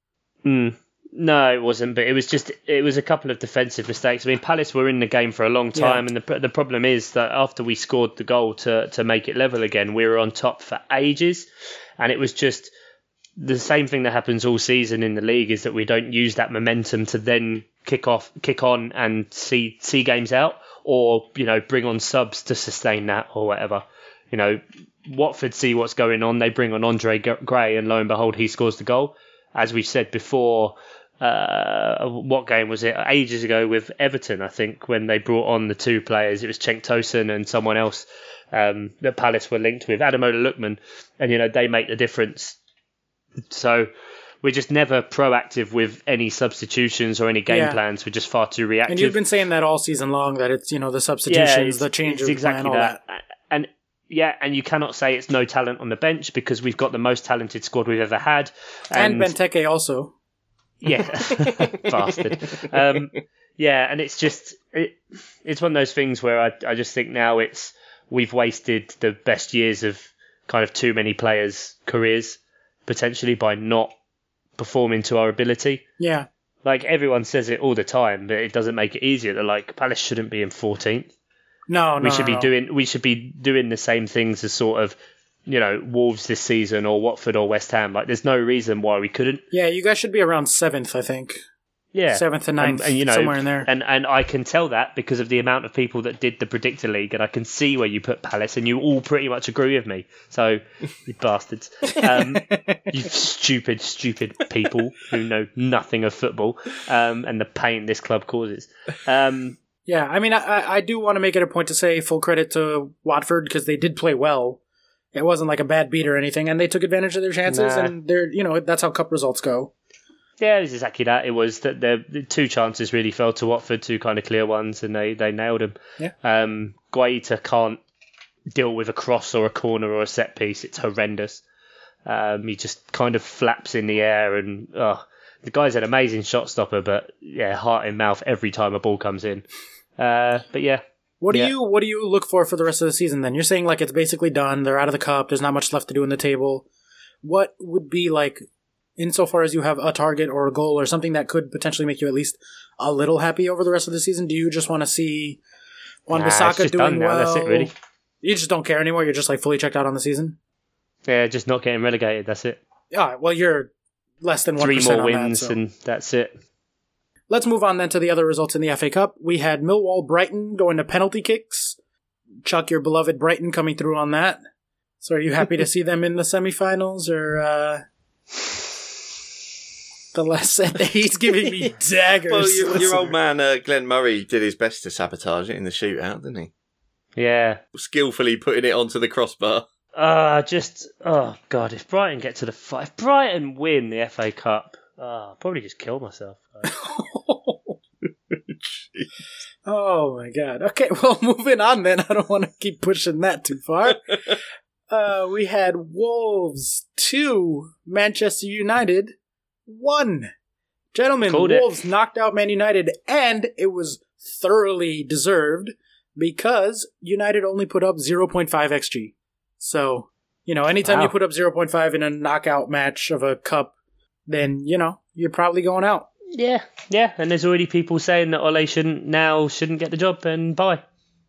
Speaker 3: Mm. No, it wasn't, but it was just it was a couple of defensive mistakes. I mean, Palace were in the game for a long
Speaker 1: Yeah.
Speaker 3: time, and the the problem is that after we scored the goal to to make it level again, we were on top for ages, and it was just the same thing that happens all season in the league is that we don't use that momentum to then kick off, kick on, and see see games out, or you know bring on subs to sustain that or whatever. You know, Watford see what's going on. They bring on Andre G- Gray, and lo and behold, he scores the goal. As we said before, uh, what game was it? Ages ago with Everton, I think, when they brought on the two players, it was Cenk Tosin and someone else um, that Palace were linked with, Adamola Lookman, and you know they make the difference. So we're just never proactive with any substitutions or any game
Speaker 1: Yeah.
Speaker 3: plans. We're just far too reactive
Speaker 1: And you've been saying that all season long that it's, you know, the substitutions,
Speaker 3: it's-
Speaker 1: the changes,
Speaker 3: it's exactly
Speaker 1: and all that.
Speaker 3: And yeah, and you cannot say it's no talent on the bench because we've got the most talented squad we've ever had.
Speaker 1: And, Benteke also.
Speaker 3: [LAUGHS] yeah, [LAUGHS] bastard. Um, yeah, and it's just it, it's one of those things where I I just think now it's we've wasted the best years of kind of too many players' careers potentially by not performing to our ability.
Speaker 1: Yeah.
Speaker 3: Like everyone says it all the time, but it doesn't make it easier. They're like Palace shouldn't be in 14th
Speaker 1: No, no.
Speaker 3: we should
Speaker 1: no,
Speaker 3: be
Speaker 1: no.
Speaker 3: doing we should be doing the same things as sort of you know Wolves this season or Watford or West Ham. Like there's no reason why we couldn't.
Speaker 1: Yeah, you guys should be around seventh, I think.
Speaker 3: Yeah,
Speaker 1: Seventh and ninth, somewhere in there.
Speaker 3: And and I can tell that because of the amount of people that did the predictor league, and I can see where you put Palace, and you all pretty much agree with me. So
Speaker 1: [LAUGHS]
Speaker 3: you bastards, um, you stupid, stupid people who know nothing of football um, and the pain this club causes. Um,
Speaker 1: Yeah, I mean, I- I, I do want to make it a point to say full credit to Watford because they did play well. It wasn't like a bad beat or anything, and they took advantage of their chances,
Speaker 3: Nah.
Speaker 1: and they're you know that's how cup results go.
Speaker 3: Yeah, it was exactly that. It was that the, the two chances really fell to Watford, two kind of clear ones, and they, they nailed them.
Speaker 1: Yeah.
Speaker 3: Um, Guaita can't deal with a cross or a corner or a set piece. It's horrendous. Um, he just kind of flaps in the air, and oh, the guy's an amazing shot stopper, but yeah, heart in mouth every time a ball comes in. Uh, but yeah,
Speaker 1: What do
Speaker 3: Yeah.
Speaker 1: you what do you look for for the rest of the season? Then you're saying like it's basically done. They're out of the cup. There's not much left to do in the table. What would be like, insofar as you have a target or a goal or something that could potentially make you at least a little happy over the rest of the season? Do you just want to see Wan
Speaker 3: Nah, it's
Speaker 1: Bissaka
Speaker 3: just
Speaker 1: doing
Speaker 3: done now.
Speaker 1: well?
Speaker 3: That's it, really.
Speaker 1: You just don't care anymore. You're just like fully checked out on the season.
Speaker 3: yeah, just not getting relegated. That's it.
Speaker 1: All right. Ah, Well, you're less than one
Speaker 3: Three
Speaker 1: percent
Speaker 3: more
Speaker 1: on
Speaker 3: wins,
Speaker 1: that. so-
Speaker 3: and that's it.
Speaker 1: Let's move on then to the other results in the FA Cup. We had Millwall Brighton going to penalty kicks. Chuck, your beloved Brighton coming through on that. So are you happy
Speaker 3: [LAUGHS]
Speaker 1: to see them in the semifinals or uh the last set [LAUGHS] he's giving
Speaker 3: [LAUGHS]
Speaker 1: me daggers.
Speaker 2: Well, your, your
Speaker 1: listener.
Speaker 2: old man uh, Glenn Murray did his best to sabotage it in the shootout, didn't he?
Speaker 3: Yeah.
Speaker 2: Skillfully putting it onto the crossbar.
Speaker 3: Uh, just oh god, if Brighton get to the fi- if Brighton win the FA Cup, uh, I'll probably just kill myself. Like,
Speaker 1: Oh my god. Okay, [LAUGHS] well, moving on then. I don't want to keep pushing that too far. uh, we had Wolves 2, Manchester United 1. Gentlemen,
Speaker 3: Called it.
Speaker 1: Wolves knocked out Man United, and it was thoroughly deserved because United only put up 0.5 XG. So, you know, anytime
Speaker 3: Wow.
Speaker 1: you put up 0.5 in a knockout match of a cup, then, you know, you're probably going out.
Speaker 3: yeah, yeah, and there's already people saying that Ole shouldn't now shouldn't get the job and bye.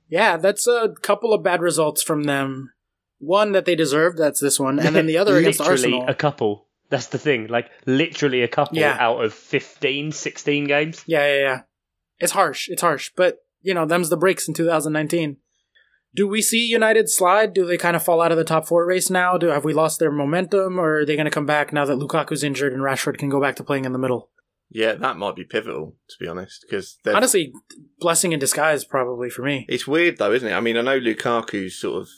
Speaker 1: Yeah, that's a couple of bad results from them. One that they deserved, that's this one, [LAUGHS] and then the
Speaker 3: [LAUGHS]
Speaker 1: other against
Speaker 3: literally
Speaker 1: Arsenal.
Speaker 3: a couple. That's the thing, like literally a couple
Speaker 1: Yeah.
Speaker 3: out of 15, 16 games.
Speaker 1: yeah, yeah, yeah. It's harsh. It's harsh, but you know, them's the breaks in 2019. Do we see United slide? Do they kind of fall out of the top four race now? Do have we lost their momentum, or are they going to come back now that Lukaku's injured and Rashford can go back to playing in the middle?
Speaker 2: Yeah, that might be pivotal, to be honest, because
Speaker 1: Honestly, blessing in disguise probably for me.
Speaker 2: It's weird though, isn't it? I mean, I know Lukaku sort of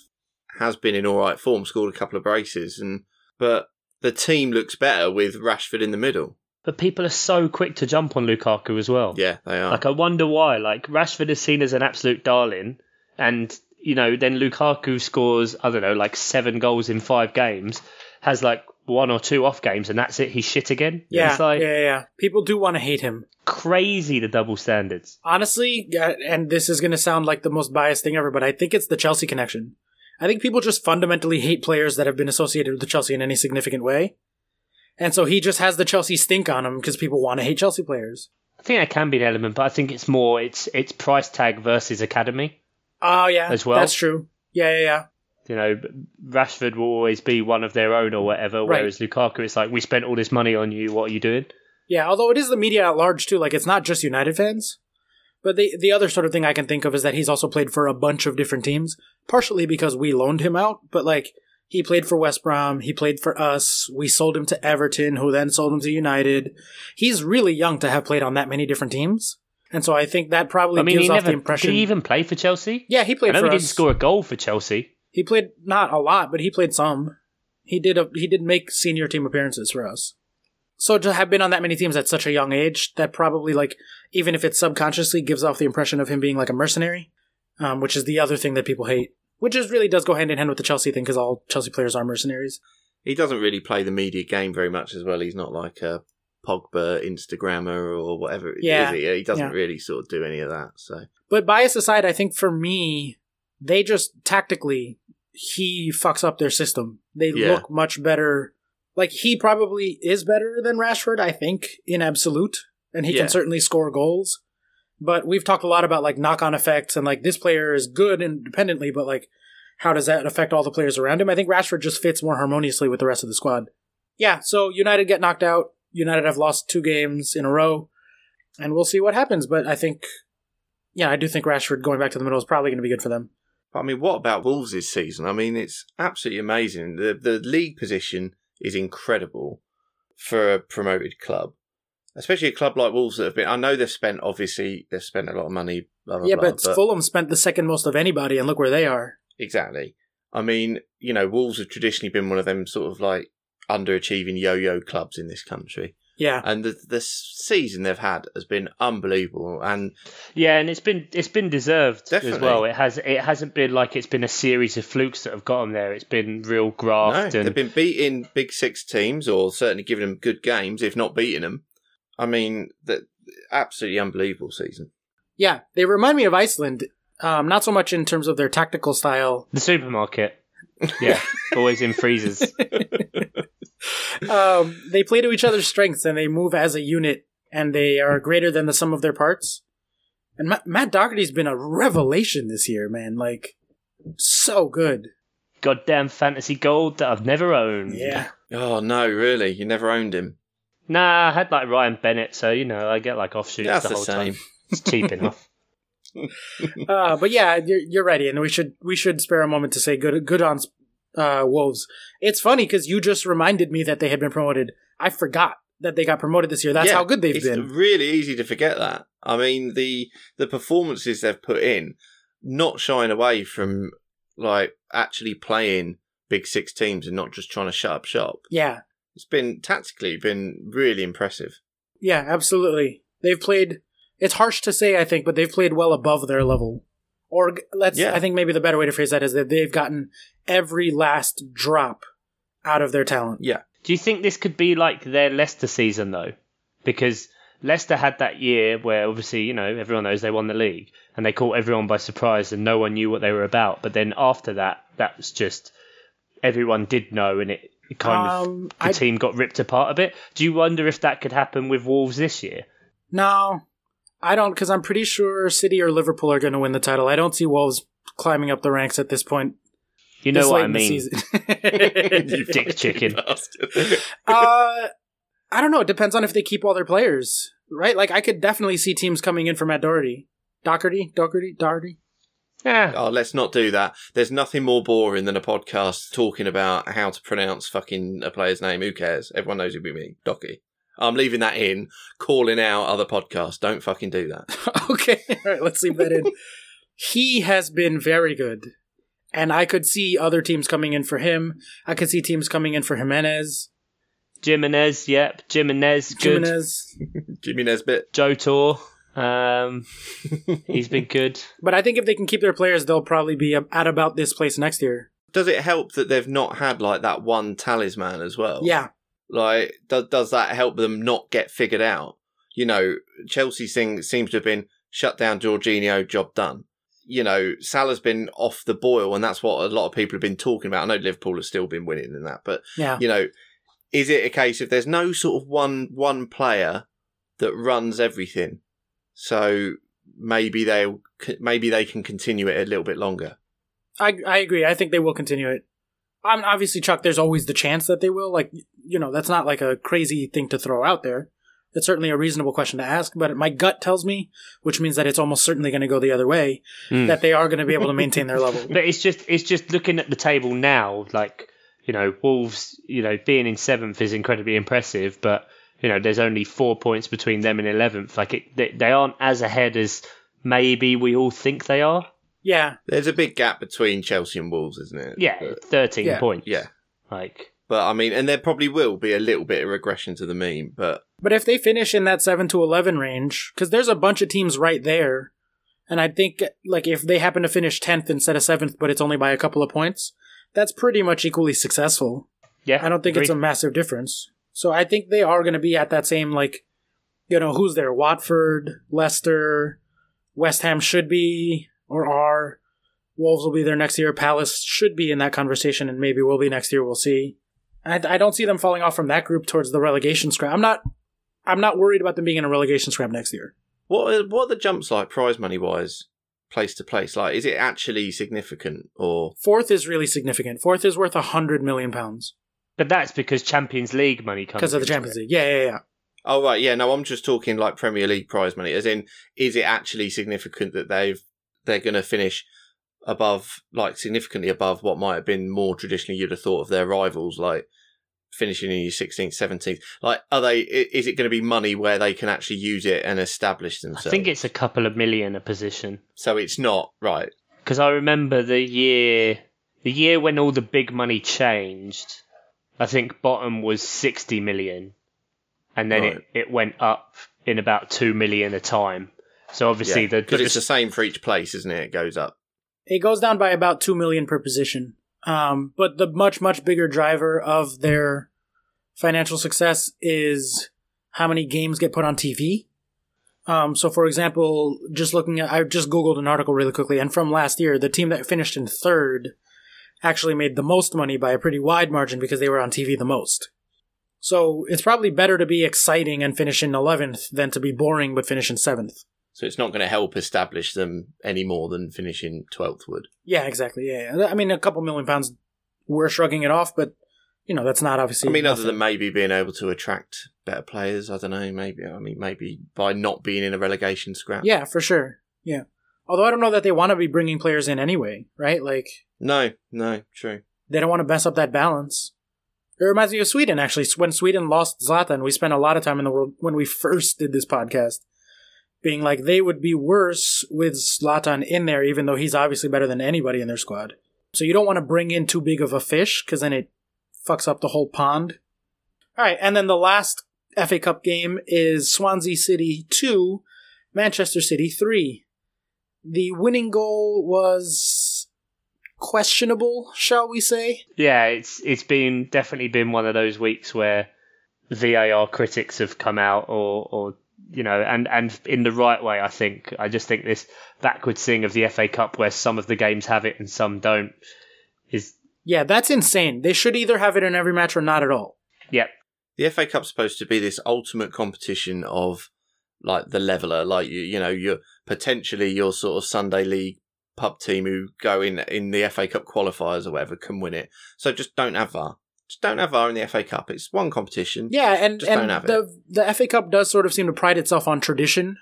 Speaker 2: has been in all right form, scored a couple of braces, and but the team looks better with Rashford in the middle.
Speaker 3: But people are so quick to jump on Lukaku as well.
Speaker 2: Yeah, they are.
Speaker 3: Like I wonder why. Like Rashford is seen as an absolute darling, and you know then Lukaku scores I don't know like seven goals in five games, has like one or two off games, and that's it. He's shit again.
Speaker 1: Yeah,
Speaker 3: it's like
Speaker 1: yeah, yeah, yeah. People do want to hate him.
Speaker 3: crazy the double standards.
Speaker 1: honestly, uh, and this is going to sound like the most biased thing ever, but I think it's the Chelsea connection. I think people just fundamentally hate players that have been associated with Chelsea in any significant way. And so he just has the Chelsea stink on him because people want to hate Chelsea players.
Speaker 3: I think that can be an element, but I think it's more it's it's price tag versus academy.
Speaker 1: Oh, yeah.
Speaker 3: As well?
Speaker 1: That's true. Yeah, yeah, yeah.
Speaker 3: You know, Rashford will always be one of their own or whatever.
Speaker 1: Right.
Speaker 3: Whereas Lukaku, it's like we spent all this money on you. What are you doing?
Speaker 1: Yeah, although it is the media at large, too. Like, it's not just United fans. But the, the other sort of thing I can think of is that he's also played for a bunch of different teams, partially because we loaned him out, but like, he played for West Brom. He played for us. We sold him to Everton, who then sold him to United. He's really young to have played on that many different teams, and so I think that probably
Speaker 3: I mean,
Speaker 1: gives
Speaker 3: he
Speaker 1: off
Speaker 3: never
Speaker 1: the impression.
Speaker 3: did he even play for Chelsea.
Speaker 1: yeah, he
Speaker 3: I
Speaker 1: played
Speaker 3: know
Speaker 1: for
Speaker 3: he
Speaker 1: us.
Speaker 3: didn't score a goal for Chelsea.
Speaker 1: He played not a lot, but he played some. He did. A, he did make senior team appearances for us. So to have been on that many teams at such a young age, that probably like even if it's subconsciously gives off the impression of him being like a mercenary, um, which is the other thing that people hate. Which is really does go hand in hand with the Chelsea thing because all Chelsea players are mercenaries.
Speaker 2: he doesn't really play the media game very much as well. He's not like a Pogba Instagrammer or whatever. it is,
Speaker 1: Yeah.
Speaker 2: he? he doesn't
Speaker 1: Yeah.
Speaker 2: really sort of do any of that. So
Speaker 1: But bias aside, I think for me, they just tactically he fucks up their system. They
Speaker 2: Yeah.
Speaker 1: look much better. Like he probably is better than Rashford, I think, in absolute, and he
Speaker 2: Yeah.
Speaker 1: can certainly score goals. But we've talked a lot about like knock-on effects and like this player is good independently, but like how does that affect all the players around him? I think Rashford just fits more harmoniously with the rest of the squad. Yeah, so United get knocked out. United have lost two games in a row, and we'll see what happens. But I think yeah, I do think Rashford going back to the middle is probably going to be good for them.
Speaker 2: But I mean, what about Wolves this season? I mean, it's absolutely amazing. The the league position is incredible for a promoted club, especially a club like Wolves that have been. I know they've spent obviously they've spent a lot of money. Blah, blah,
Speaker 1: yeah,
Speaker 2: blah,
Speaker 1: but, Fulham spent the second most of anybody, and look where they are.
Speaker 2: exactly. I mean, you know, Wolves have traditionally been one of them sort of like underachieving yo-yo clubs in this country.
Speaker 1: Yeah.
Speaker 2: and the the season they've had has been unbelievable. And
Speaker 3: Yeah, and it's been it's been deserved as
Speaker 2: Definitely.
Speaker 3: well. It has it hasn't been like it's been a series of flukes that have got them there. It's been real
Speaker 2: no,
Speaker 3: graft
Speaker 2: they've
Speaker 3: and
Speaker 2: been beating Big Six teams, or certainly giving them good games, if not beating them. I mean, that absolutely unbelievable season.
Speaker 1: Yeah, they remind me of Iceland. Um, not so much in terms of their tactical style.
Speaker 3: the supermarket.
Speaker 2: [LAUGHS]
Speaker 3: Yeah, always in freezers.
Speaker 1: Um, they play to each other's strengths and they move as a unit, and they are greater than the sum of their parts. And Ma- Matt Doherty's been a revelation this year, man. Like, so good.
Speaker 3: Goddamn fantasy gold that I've never owned.
Speaker 1: Yeah.
Speaker 2: Oh no, really? You never owned him.
Speaker 3: Nah, I had like Ryan Bennett, so you know I get like offshoots
Speaker 2: That's
Speaker 3: the
Speaker 2: the
Speaker 3: whole
Speaker 2: same.
Speaker 3: time.
Speaker 2: [LAUGHS]
Speaker 3: It's cheap enough.
Speaker 1: Uh, but yeah, you're, you're right, and we should we should spare a moment to say good good on uh, Wolves. It's funny because you just reminded me that they had been promoted. I forgot that they got promoted this year. That's
Speaker 2: Yeah,
Speaker 1: how good they've
Speaker 2: it's
Speaker 1: been.
Speaker 2: Really easy to forget that. I mean, the the performances they've put in, not shying away from like actually playing Big Six teams and not just trying to shut up shop.
Speaker 1: Yeah,
Speaker 2: It's been tactically been really impressive.
Speaker 1: yeah, absolutely. They've played. It's harsh to say, I think, but they've played well above their level. Or g- let's.
Speaker 2: Yeah.
Speaker 1: I think maybe the better way to phrase that is that they've gotten every last drop out of their talent.
Speaker 2: [LAUGHS]
Speaker 3: [LAUGHS]
Speaker 2: Yeah,
Speaker 3: Do you think this could be like their Leicester season though? Because Leicester had that year where obviously, you know, everyone knows they won the league and they caught everyone by surprise and no one knew what they were about. But then after that, that was just everyone did know and it it kind
Speaker 1: Um,
Speaker 3: of the
Speaker 1: I-
Speaker 3: team got ripped apart a bit. Do you wonder if that could happen with Wolves this year?
Speaker 1: No, I don't, because I'm pretty sure City or Liverpool are going to win the title. I don't see Wolves climbing up the ranks at this point.
Speaker 3: You know
Speaker 1: this
Speaker 3: what
Speaker 1: late
Speaker 3: I
Speaker 1: in the
Speaker 3: mean?
Speaker 1: season.
Speaker 3: [LAUGHS]
Speaker 1: [LAUGHS]
Speaker 3: You dick chicken.
Speaker 2: Bastard.
Speaker 1: uh, I don't know. It depends on if they keep all their players, right? Like I could definitely see teams coming in for Matt Doherty, Doherty, Doherty, Doherty.
Speaker 3: Yeah.
Speaker 2: oh, let's not do that. There's nothing more boring than a podcast talking about how to pronounce fucking a player's name. Who cares? Everyone knows who we mean. Docky. I'm leaving that in. Calling out other podcasts. Don't fucking do
Speaker 1: [LAUGHS]
Speaker 2: that. [LAUGHS]
Speaker 1: okay, all right. Let's leave that in. he has been very good, and I could see other teams coming in for him. I could see teams coming in for Jimenez,
Speaker 3: Jimenez, yep. Jimenez, good.
Speaker 1: Jimenez.
Speaker 2: Jimmy Nesbitt.
Speaker 3: Joe Tor. Um, he's been
Speaker 1: [LAUGHS]
Speaker 3: good.
Speaker 1: But I think if they can keep their players, they'll probably be up- at about this place next year.
Speaker 2: Does it help that they've not had like that one talisman as well?
Speaker 1: Yeah,
Speaker 2: Like, does does that help them not get figured out? You know, Chelsea thing seems to have been shut down. Jorginho, job done. You know, Salah's been off the boil, and that's what a lot of people have been talking about. I know Liverpool has still been winning in that, but
Speaker 1: yeah.
Speaker 2: [LAUGHS] you know, is it a case if there's no sort of one one player that runs everything? So maybe they maybe they can continue it a little bit longer.
Speaker 1: I I agree. I think they will continue it. I'm obviously Chuck. There's always the chance that they will. Like you know, that's not like a crazy thing to throw out there. It's certainly a reasonable question to ask, but my gut tells me, which means that it's almost certainly going to go the other way,
Speaker 3: Mm.
Speaker 1: that they are going to be able to maintain their level.
Speaker 3: But it's just it's just looking at the table now, like you know, Wolves, you know, being in seventh is incredibly impressive, but you know, there's only four points between them and eleventh. Like it, they, they aren't as ahead as maybe we all think they are.
Speaker 1: Yeah,
Speaker 2: There's a big gap between Chelsea and Wolves, isn't it?
Speaker 3: Yeah,
Speaker 2: But-
Speaker 3: thirteen
Speaker 1: Yeah.
Speaker 3: points.
Speaker 2: Uh, yeah.
Speaker 3: like
Speaker 2: But I mean, and there probably will be a little bit of regression to the mean, but
Speaker 1: but if they finish in that seven to eleven range, because there's a bunch of teams right there, and I think like if they happen to finish tenth instead of seventh, but it's only by a couple of points, that's pretty much equally successful.
Speaker 3: yeah.
Speaker 1: I don't think it's a
Speaker 3: agreed.
Speaker 1: massive difference. So I think they are going to be at that same like, you know, who's there? Watford, Leicester, West Ham should be or are. Wolves will be there next year. Palace should be in that conversation, and maybe will be next year. We'll see. I, I don't see them falling off from that group towards the relegation scrap. I'm not. I'm not worried about them being in a relegation scrap next year.
Speaker 2: what are, what are the jumps like prize money wise, place to place? Like, is it actually significant or?
Speaker 1: Fourth is really significant. Fourth is worth a hundred million pounds
Speaker 3: But that's because Champions League money comes
Speaker 1: because of the
Speaker 3: into
Speaker 1: Champions
Speaker 3: it.
Speaker 1: League. Yeah, yeah, yeah.
Speaker 2: Oh right, yeah. No, I'm just talking like Premier League prize money. As in, is it actually significant that they've they're going to finish above, like significantly above what might have been more traditionally you'd have thought of their rivals, like finishing in your 16th, 17th. Like, are they? i- Is it going to be money where they can actually use it and establish themselves?
Speaker 3: I think it's a couple of million a position.
Speaker 2: so. It's not right.
Speaker 3: because I remember the year the year when all the big money changed. I think bottom was sixty million, and then
Speaker 2: Right.
Speaker 3: it, it went up in about two million a time. So obviously
Speaker 2: Yeah,
Speaker 3: the, the,
Speaker 2: because it's the same for each place, isn't it? It goes up.
Speaker 1: It goes down by about two million per position. Um, but the much much bigger driver of their financial success is how many games get put on TV. Um, so, for example, just looking at I just googled an article really quickly, and from last year, the team that finished in third actually made the most money by a pretty wide margin because they were on TV the most. So it's probably better to be exciting and finish in 11th than to be boring but finish in 7th.
Speaker 2: So it's not going to help establish them any more than finishing 12th would.
Speaker 1: Yeah, exactly. Yeah, yeah. I mean, a couple million pounds, we're shrugging it off, but you know that's not obviously.
Speaker 2: I mean, other
Speaker 1: nothing.
Speaker 2: than maybe being able to attract better players, I don't know. Maybe I mean, maybe by not being in a relegation scrap.
Speaker 1: yeah, for sure. Yeah. Although I don't know that they want to be bringing players in anyway, right? Like
Speaker 2: No, no, true.
Speaker 1: they don't want to mess up that balance. It reminds me of Sweden actually. When Sweden lost Zlatan, we spent a lot of time in the world when we [LAUGHS] first did this podcast, being like they would be worse with Zlatan in there, even though he's obviously better than anybody in their squad. So you don't want to bring in too big of a fish because then it fucks up the whole pond. All right, and then the last FA Cup game is Swansea City two, Manchester City three. The winning goal was questionable, shall we say?
Speaker 3: yeah, it's it's been definitely been one of those weeks where VAR critics have come out or or you know and and in the right way I think I just think this backwards thing of the FA Cup where some of the games have it and some don't is
Speaker 1: Yeah, that's insane. They should either have it in every match or not at all.
Speaker 3: yeah
Speaker 2: The FA Cup's supposed to be this ultimate competition of like the leveler, like you, you know, your potentially your sort of Sunday league pub team who go in in the FA Cup qualifiers or whatever can win it. So just don't have VAR. Just don't have VAR in the FA Cup. It's one competition.
Speaker 1: Yeah, and,
Speaker 2: Just
Speaker 1: and
Speaker 2: don't have
Speaker 1: the the FA Cup does sort of seem to pride itself on tradition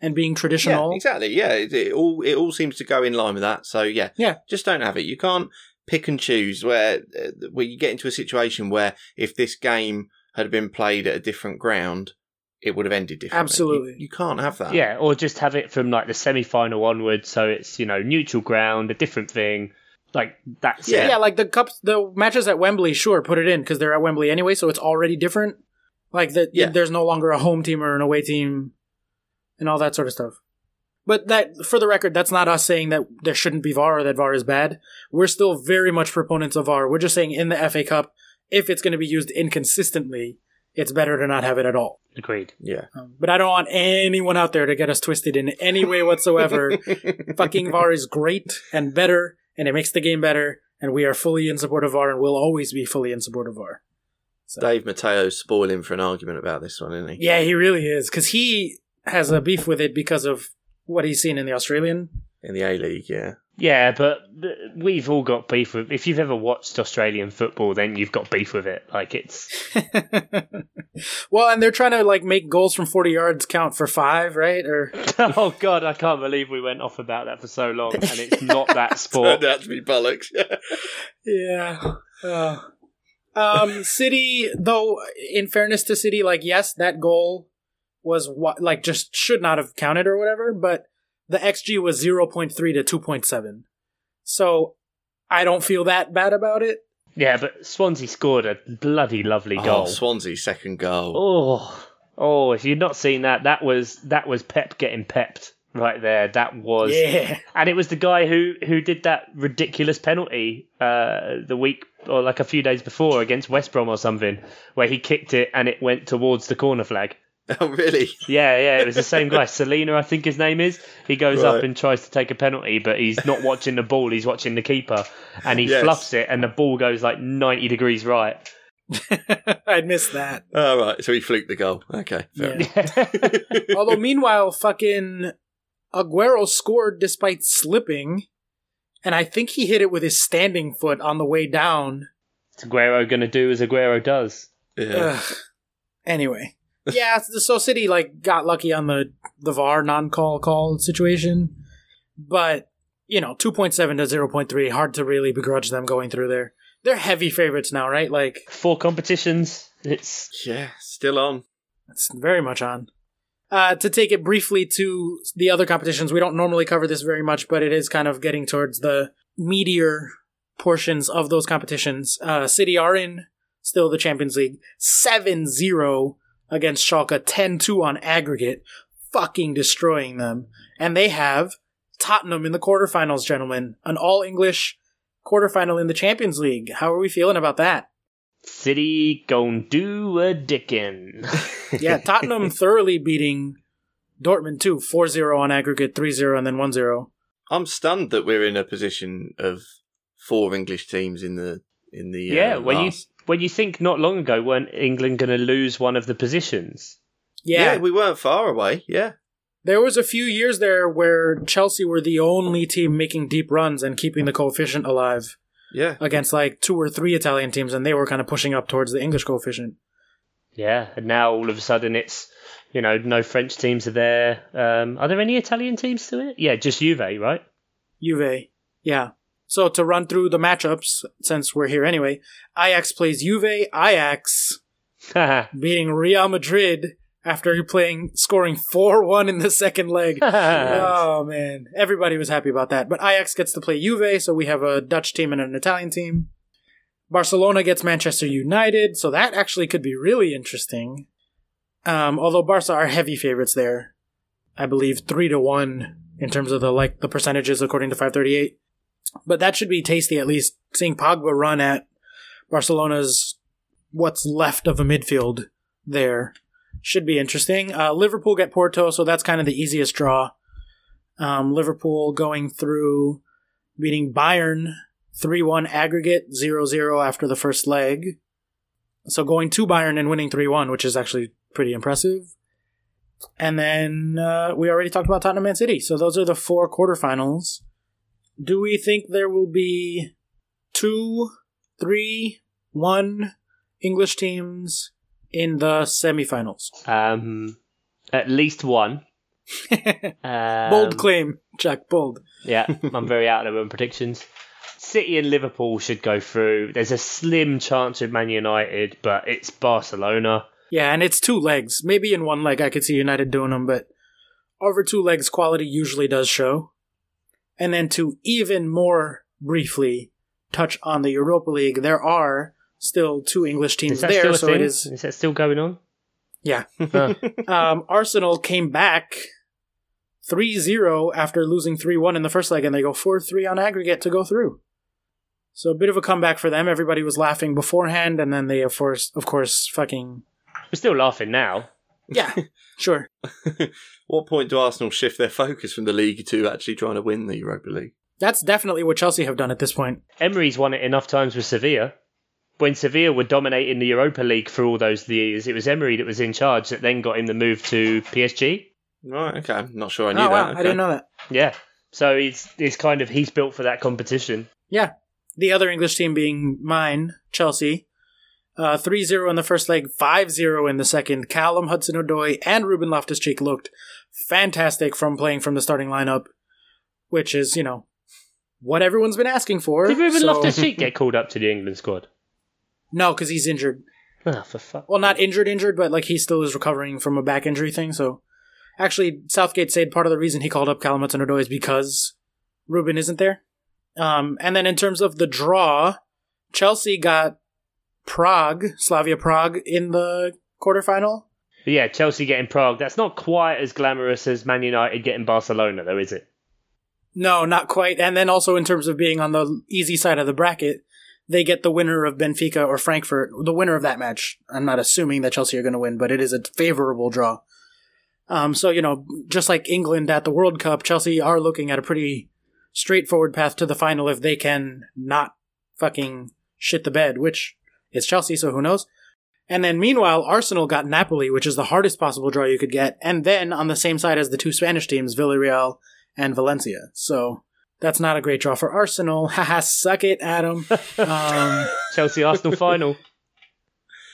Speaker 1: and being traditional.
Speaker 2: Yeah, exactly. Yeah, it, it all it all seems to go in line with that. So yeah,
Speaker 1: Yeah.
Speaker 2: Just don't have it. You can't pick and choose where uh, where you get into a situation where if this game had been played at a different ground, it would have ended differently.
Speaker 1: Absolutely.
Speaker 2: You, you can't have that.
Speaker 3: yeah or just have it from like the semi final onwards so it's you know neutral ground a different thing like that's
Speaker 1: Yeah,
Speaker 3: it.
Speaker 1: like the cups, the matches at Wembley, sure, put it in because they're at Wembley anyway, so it's already different. Like that,
Speaker 2: Yeah.
Speaker 1: there's no longer a home team or an away team, and all that sort of stuff. But that, for the record, that's not us saying that there shouldn't be VAR or that VAR is bad. We're still very much proponents of VAR. We're just saying in the FA Cup, if it's going to be used inconsistently, it's better to not have it at all.
Speaker 3: agreed
Speaker 2: Yeah.
Speaker 1: Um, but I don't want anyone out there to get us twisted in any way whatsoever. Fucking VAR is great and better, and it makes the game better, and we are fully in support of VAR and will always be fully in support of VAR.
Speaker 2: Dave Mateo's spoiling for an argument about this one, isn't he?
Speaker 1: Yeah, he really is, because he has a beef with it because of what he's seen in the Australian. [LAUGHS]
Speaker 2: In the A League, yeah.
Speaker 3: Yeah, but we've all got beef with. If you've ever watched Australian football, then you've got beef with it. Like it's [LAUGHS]
Speaker 1: well, and they're trying to like make goals from 40 yards count for five, right? Or
Speaker 3: oh god, I can't believe we went off about that for so long, and it's not that sport.
Speaker 2: Turned out to be bollocks.
Speaker 1: Yeah. Uh, um, City, though, in fairness to City, like, yes, that goal was what, like, just should not have counted or whatever, but the XG was 0.3 to 2.7. So I don't feel that bad about it.
Speaker 3: yeah, but Swansea scored a bloody lovely
Speaker 2: oh,
Speaker 3: goal.
Speaker 2: Swansea's second goal.
Speaker 3: oh, oh! If you've not seen that, that was that was Pep getting pepped right there. That was,
Speaker 1: Yeah. [LAUGHS]
Speaker 3: and it was the guy who who did that ridiculous penalty uh, the week or like a few days before against West Brom or something, where he kicked it and it went towards the corner flag.
Speaker 2: [LAUGHS] Oh, really?
Speaker 3: Yeah, yeah, it was the
Speaker 2: [LAUGHS]
Speaker 3: same guy, Selena, I think his name is. He goes up
Speaker 2: Right.
Speaker 3: and tries to take a penalty, but he's not watching the ball; he's watching the keeper, and he
Speaker 2: Yes.
Speaker 3: fluffs it, and the ball goes like ninety
Speaker 2: [LAUGHS]
Speaker 3: degrees right.
Speaker 1: I'd miss that.
Speaker 2: All right. So he fluked the goal. Okay. Fair
Speaker 1: Yeah. Although, meanwhile, fucking Aguero scored despite slipping, and I think he hit it with his standing foot on the way down.
Speaker 3: Is Aguero gonna do as Aguero does.
Speaker 2: enough. Yeah.
Speaker 1: Ugh. Anyway, yeah, so- so City like got lucky on the the VAR non call call situation, but you know, two point seven to zero point three, hard to really begrudge them going through there. They're heavy favorites now, right? Like
Speaker 3: Four competitions. It's
Speaker 2: yeah. Still on.
Speaker 1: it's very much on. Uh, to take it briefly to the other competitions, we don't normally cover this very much, but it is kind of getting towards the meteor portions of those competitions. Uh, City are in still the Champions League 7 0 against Schalke 10-2 on aggregate, fucking destroying them. And they have Tottenham in the quarterfinals, gentlemen, an all English quarterfinal in the Champions League. How are we feeling about that?
Speaker 3: City gon' do a dickin'. [LAUGHS]
Speaker 1: Yeah, Tottenham thoroughly beating Dortmund too, 4-0 on aggregate, 3-0 and then 1-0.
Speaker 2: I'm stunned that we're in a position of four English teams in the in the uh,
Speaker 3: yeah, when you
Speaker 2: last-
Speaker 3: when you think not long ago, weren't England going to lose one of the positions?
Speaker 1: yeah,
Speaker 2: yeah we weren't far away. Yeah,
Speaker 1: There was a few years there where Chelsea were the only team making deep runs and keeping the coefficient alive
Speaker 2: yeah.
Speaker 1: against like two or three Italian teams, and they were kind of pushing up towards the English coefficient.
Speaker 3: Yeah, and now all of a sudden it's you know no French teams are there. Um, are there any Italian teams to it? Yeah, just Juve,
Speaker 1: [LAUGHS]
Speaker 3: right? [LAUGHS]
Speaker 1: Juve, yeah. So to run through the matchups, since we're here anyway, Ajax plays Juve. Ajax beating Real Madrid after playing scoring four one in the second leg. Oh man, everybody was happy about that. But Ajax gets to play Juve, so we have a Dutch team and an Italian team. Barcelona gets Manchester United, so that actually could be really interesting. Um, although Barca are heavy favorites there, I believe three to one in terms of the like the percentages according to five thirty eight. But that should be tasty at least seeing Pogba run at Barcelona's what's left of a midfield there should be interesting. Uh, Liverpool get Porto, so that's kind of the easiest draw. Um, Liverpool going through beating Bayern 3 1 aggregate, 0 0 after the first leg. So going to Bayern and winning 3 1, which is actually pretty impressive. And then uh, we already talked about Tottenham Man City. So those are the four quarterfinals. Do we think there will be two, three, one English teams in the semifinals?
Speaker 3: um, at
Speaker 1: [LAUGHS]
Speaker 3: least one. Um,
Speaker 1: bold claim, Jack. Bold.
Speaker 3: [LAUGHS] Yeah, I'm very out of the room predictions. City and Liverpool should go through. There's a slim chance of Man United, but it's Barcelona.
Speaker 1: Yeah, and it's two legs. Maybe in one leg I could see United doing them, but over two legs, quality usually does show. And then to even more briefly touch on the Europa League, there are still two English teams
Speaker 3: Is that
Speaker 1: there,
Speaker 3: still a
Speaker 1: so
Speaker 3: thing?
Speaker 1: it is.
Speaker 3: that still going on?
Speaker 1: Yeah.
Speaker 3: [LAUGHS] Huh.
Speaker 1: [LAUGHS] Um, Arsenal came back 3 0 after losing 3 1 in the first leg, and they go 4 3 on aggregate to go through. So a bit of a comeback for them. Everybody was laughing beforehand, and then they, of course, of course
Speaker 3: [LAUGHS]
Speaker 1: fucking.
Speaker 3: We're still laughing now.
Speaker 1: Yeah, sure.
Speaker 2: What point do Arsenal shift their focus from the league to actually trying to win the Europa League?
Speaker 1: That's definitely what Chelsea have done at this point.
Speaker 3: Emery's won it enough times with Sevilla. When Sevilla were dominating the Europa League for all those years, it was Emery that was in charge that then got him the move to PSG.
Speaker 2: Right. Okay. I'm not sure I
Speaker 1: Oh
Speaker 2: knew
Speaker 1: wow,
Speaker 2: that. Okay.
Speaker 1: I didn't know that.
Speaker 3: Yeah. So it's it's kind of he's built for that competition.
Speaker 1: Yeah. The other English team being mine, Chelsea. Uh, 3-0 in the first leg, 5-0 in the second. Callum Hudson-Odoi and Ruben Loftus-Cheek looked fantastic from playing from the starting lineup, which is, you know, what everyone's been asking for.
Speaker 3: Did Ruben
Speaker 1: so-
Speaker 3: Loftus Cheek get called up to the
Speaker 1: [LAUGHS]
Speaker 3: England squad?
Speaker 1: No, because he's injured.
Speaker 3: Ah, for fuck.
Speaker 1: Well, not injured, injured, but like he still is recovering from a back injury thing. So, actually, Southgate said part of the reason he called up Callum Hudson-Odoi is because Ruben isn't there. Um, and then in terms of the draw, Chelsea got Prague, Slavia Prague, in the quarterfinal.
Speaker 3: But yeah, Chelsea getting Prague. That's not quite as glamorous as Man United getting Barcelona, though, is it?
Speaker 1: No, not quite. And then also in terms of being on the easy side of the bracket, they get the winner of Benfica or Frankfurt, the winner of that match. I'm not assuming that Chelsea are going to win, but it is a favorable draw. Um, so, you know, just like England at the World Cup, Chelsea are looking at a pretty straightforward path to the final if they can not fucking shit the bed, which is Chelsea, so who knows? And then meanwhile, Arsenal got Napoli, which is the hardest possible draw you could get. And then on the same side as the two Spanish teams, Villarreal and Valencia. So that's not a great draw for Arsenal. [LAUGHS] Haha, suck it, Adam. Um,
Speaker 3: Chelsea
Speaker 1: [LAUGHS]
Speaker 3: Arsenal final.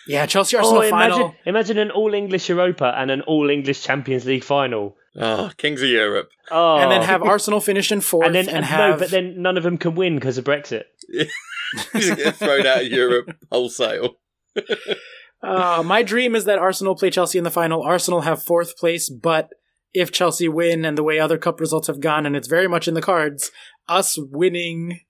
Speaker 1: yeah, Chelsea
Speaker 3: [LAUGHS]
Speaker 1: Arsenal final.
Speaker 3: Oh, imagine, imagine an all English Europa and an all English Champions League final.
Speaker 2: Oh, Kings
Speaker 1: [LAUGHS]
Speaker 2: of Europe.
Speaker 3: Oh,
Speaker 1: And then have Arsenal finish in fourth
Speaker 3: and
Speaker 1: and,
Speaker 3: then and
Speaker 1: have.
Speaker 3: [LAUGHS] no, but then none of them can win because of Brexit. [LAUGHS]
Speaker 2: Just get thrown out of Europe wholesale.
Speaker 1: Uh, my dream is that Arsenal play Chelsea in the final. Arsenal have fourth place, but if Chelsea win and the way other cup results have gone, and it's very much in the cards, us winning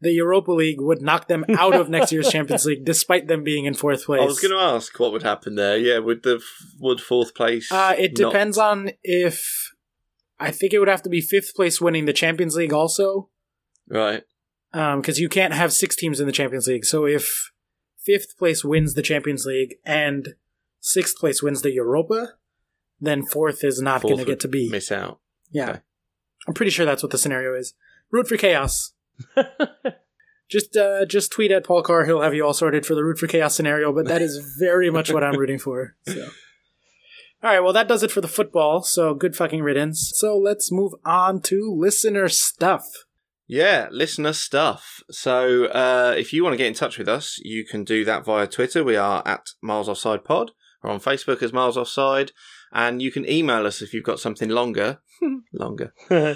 Speaker 1: the Europa League would knock them out of next
Speaker 3: [LAUGHS]
Speaker 1: year's Champions League, despite them being in fourth place.
Speaker 2: I was going to ask what would happen there. Yeah, would the f- would fourth place?
Speaker 1: Uh, it
Speaker 2: not-
Speaker 1: depends on if I think it would have to be fifth place winning the Champions League also,
Speaker 2: Right.
Speaker 1: because you can't have six teams in the Champions League. So if fifth place wins the Champions League and sixth place wins the Europa, then fourth is not
Speaker 2: Fourth
Speaker 1: going to
Speaker 2: would
Speaker 1: get to be.
Speaker 2: Miss out.
Speaker 1: Yeah,
Speaker 2: okay.
Speaker 1: I'm pretty sure that's what the scenario is. Root for
Speaker 2: [LAUGHS]
Speaker 1: chaos. Just uh, just tweet at Paul Carr. He'll have you all sorted for the root for chaos scenario. But that is very much what I'm rooting for.
Speaker 2: [LAUGHS]
Speaker 1: So. All right, well, that does it for the football. So good fucking riddance. So let's move on to listener stuff.
Speaker 2: Yeah, listener stuff. So uh, if you want to get in touch with us, you can do that via Twitter. We are at Miles Offside Pod. We're on Facebook as Miles Offside. And you can email us if you've got something longer. [LAUGHS] longer. uh,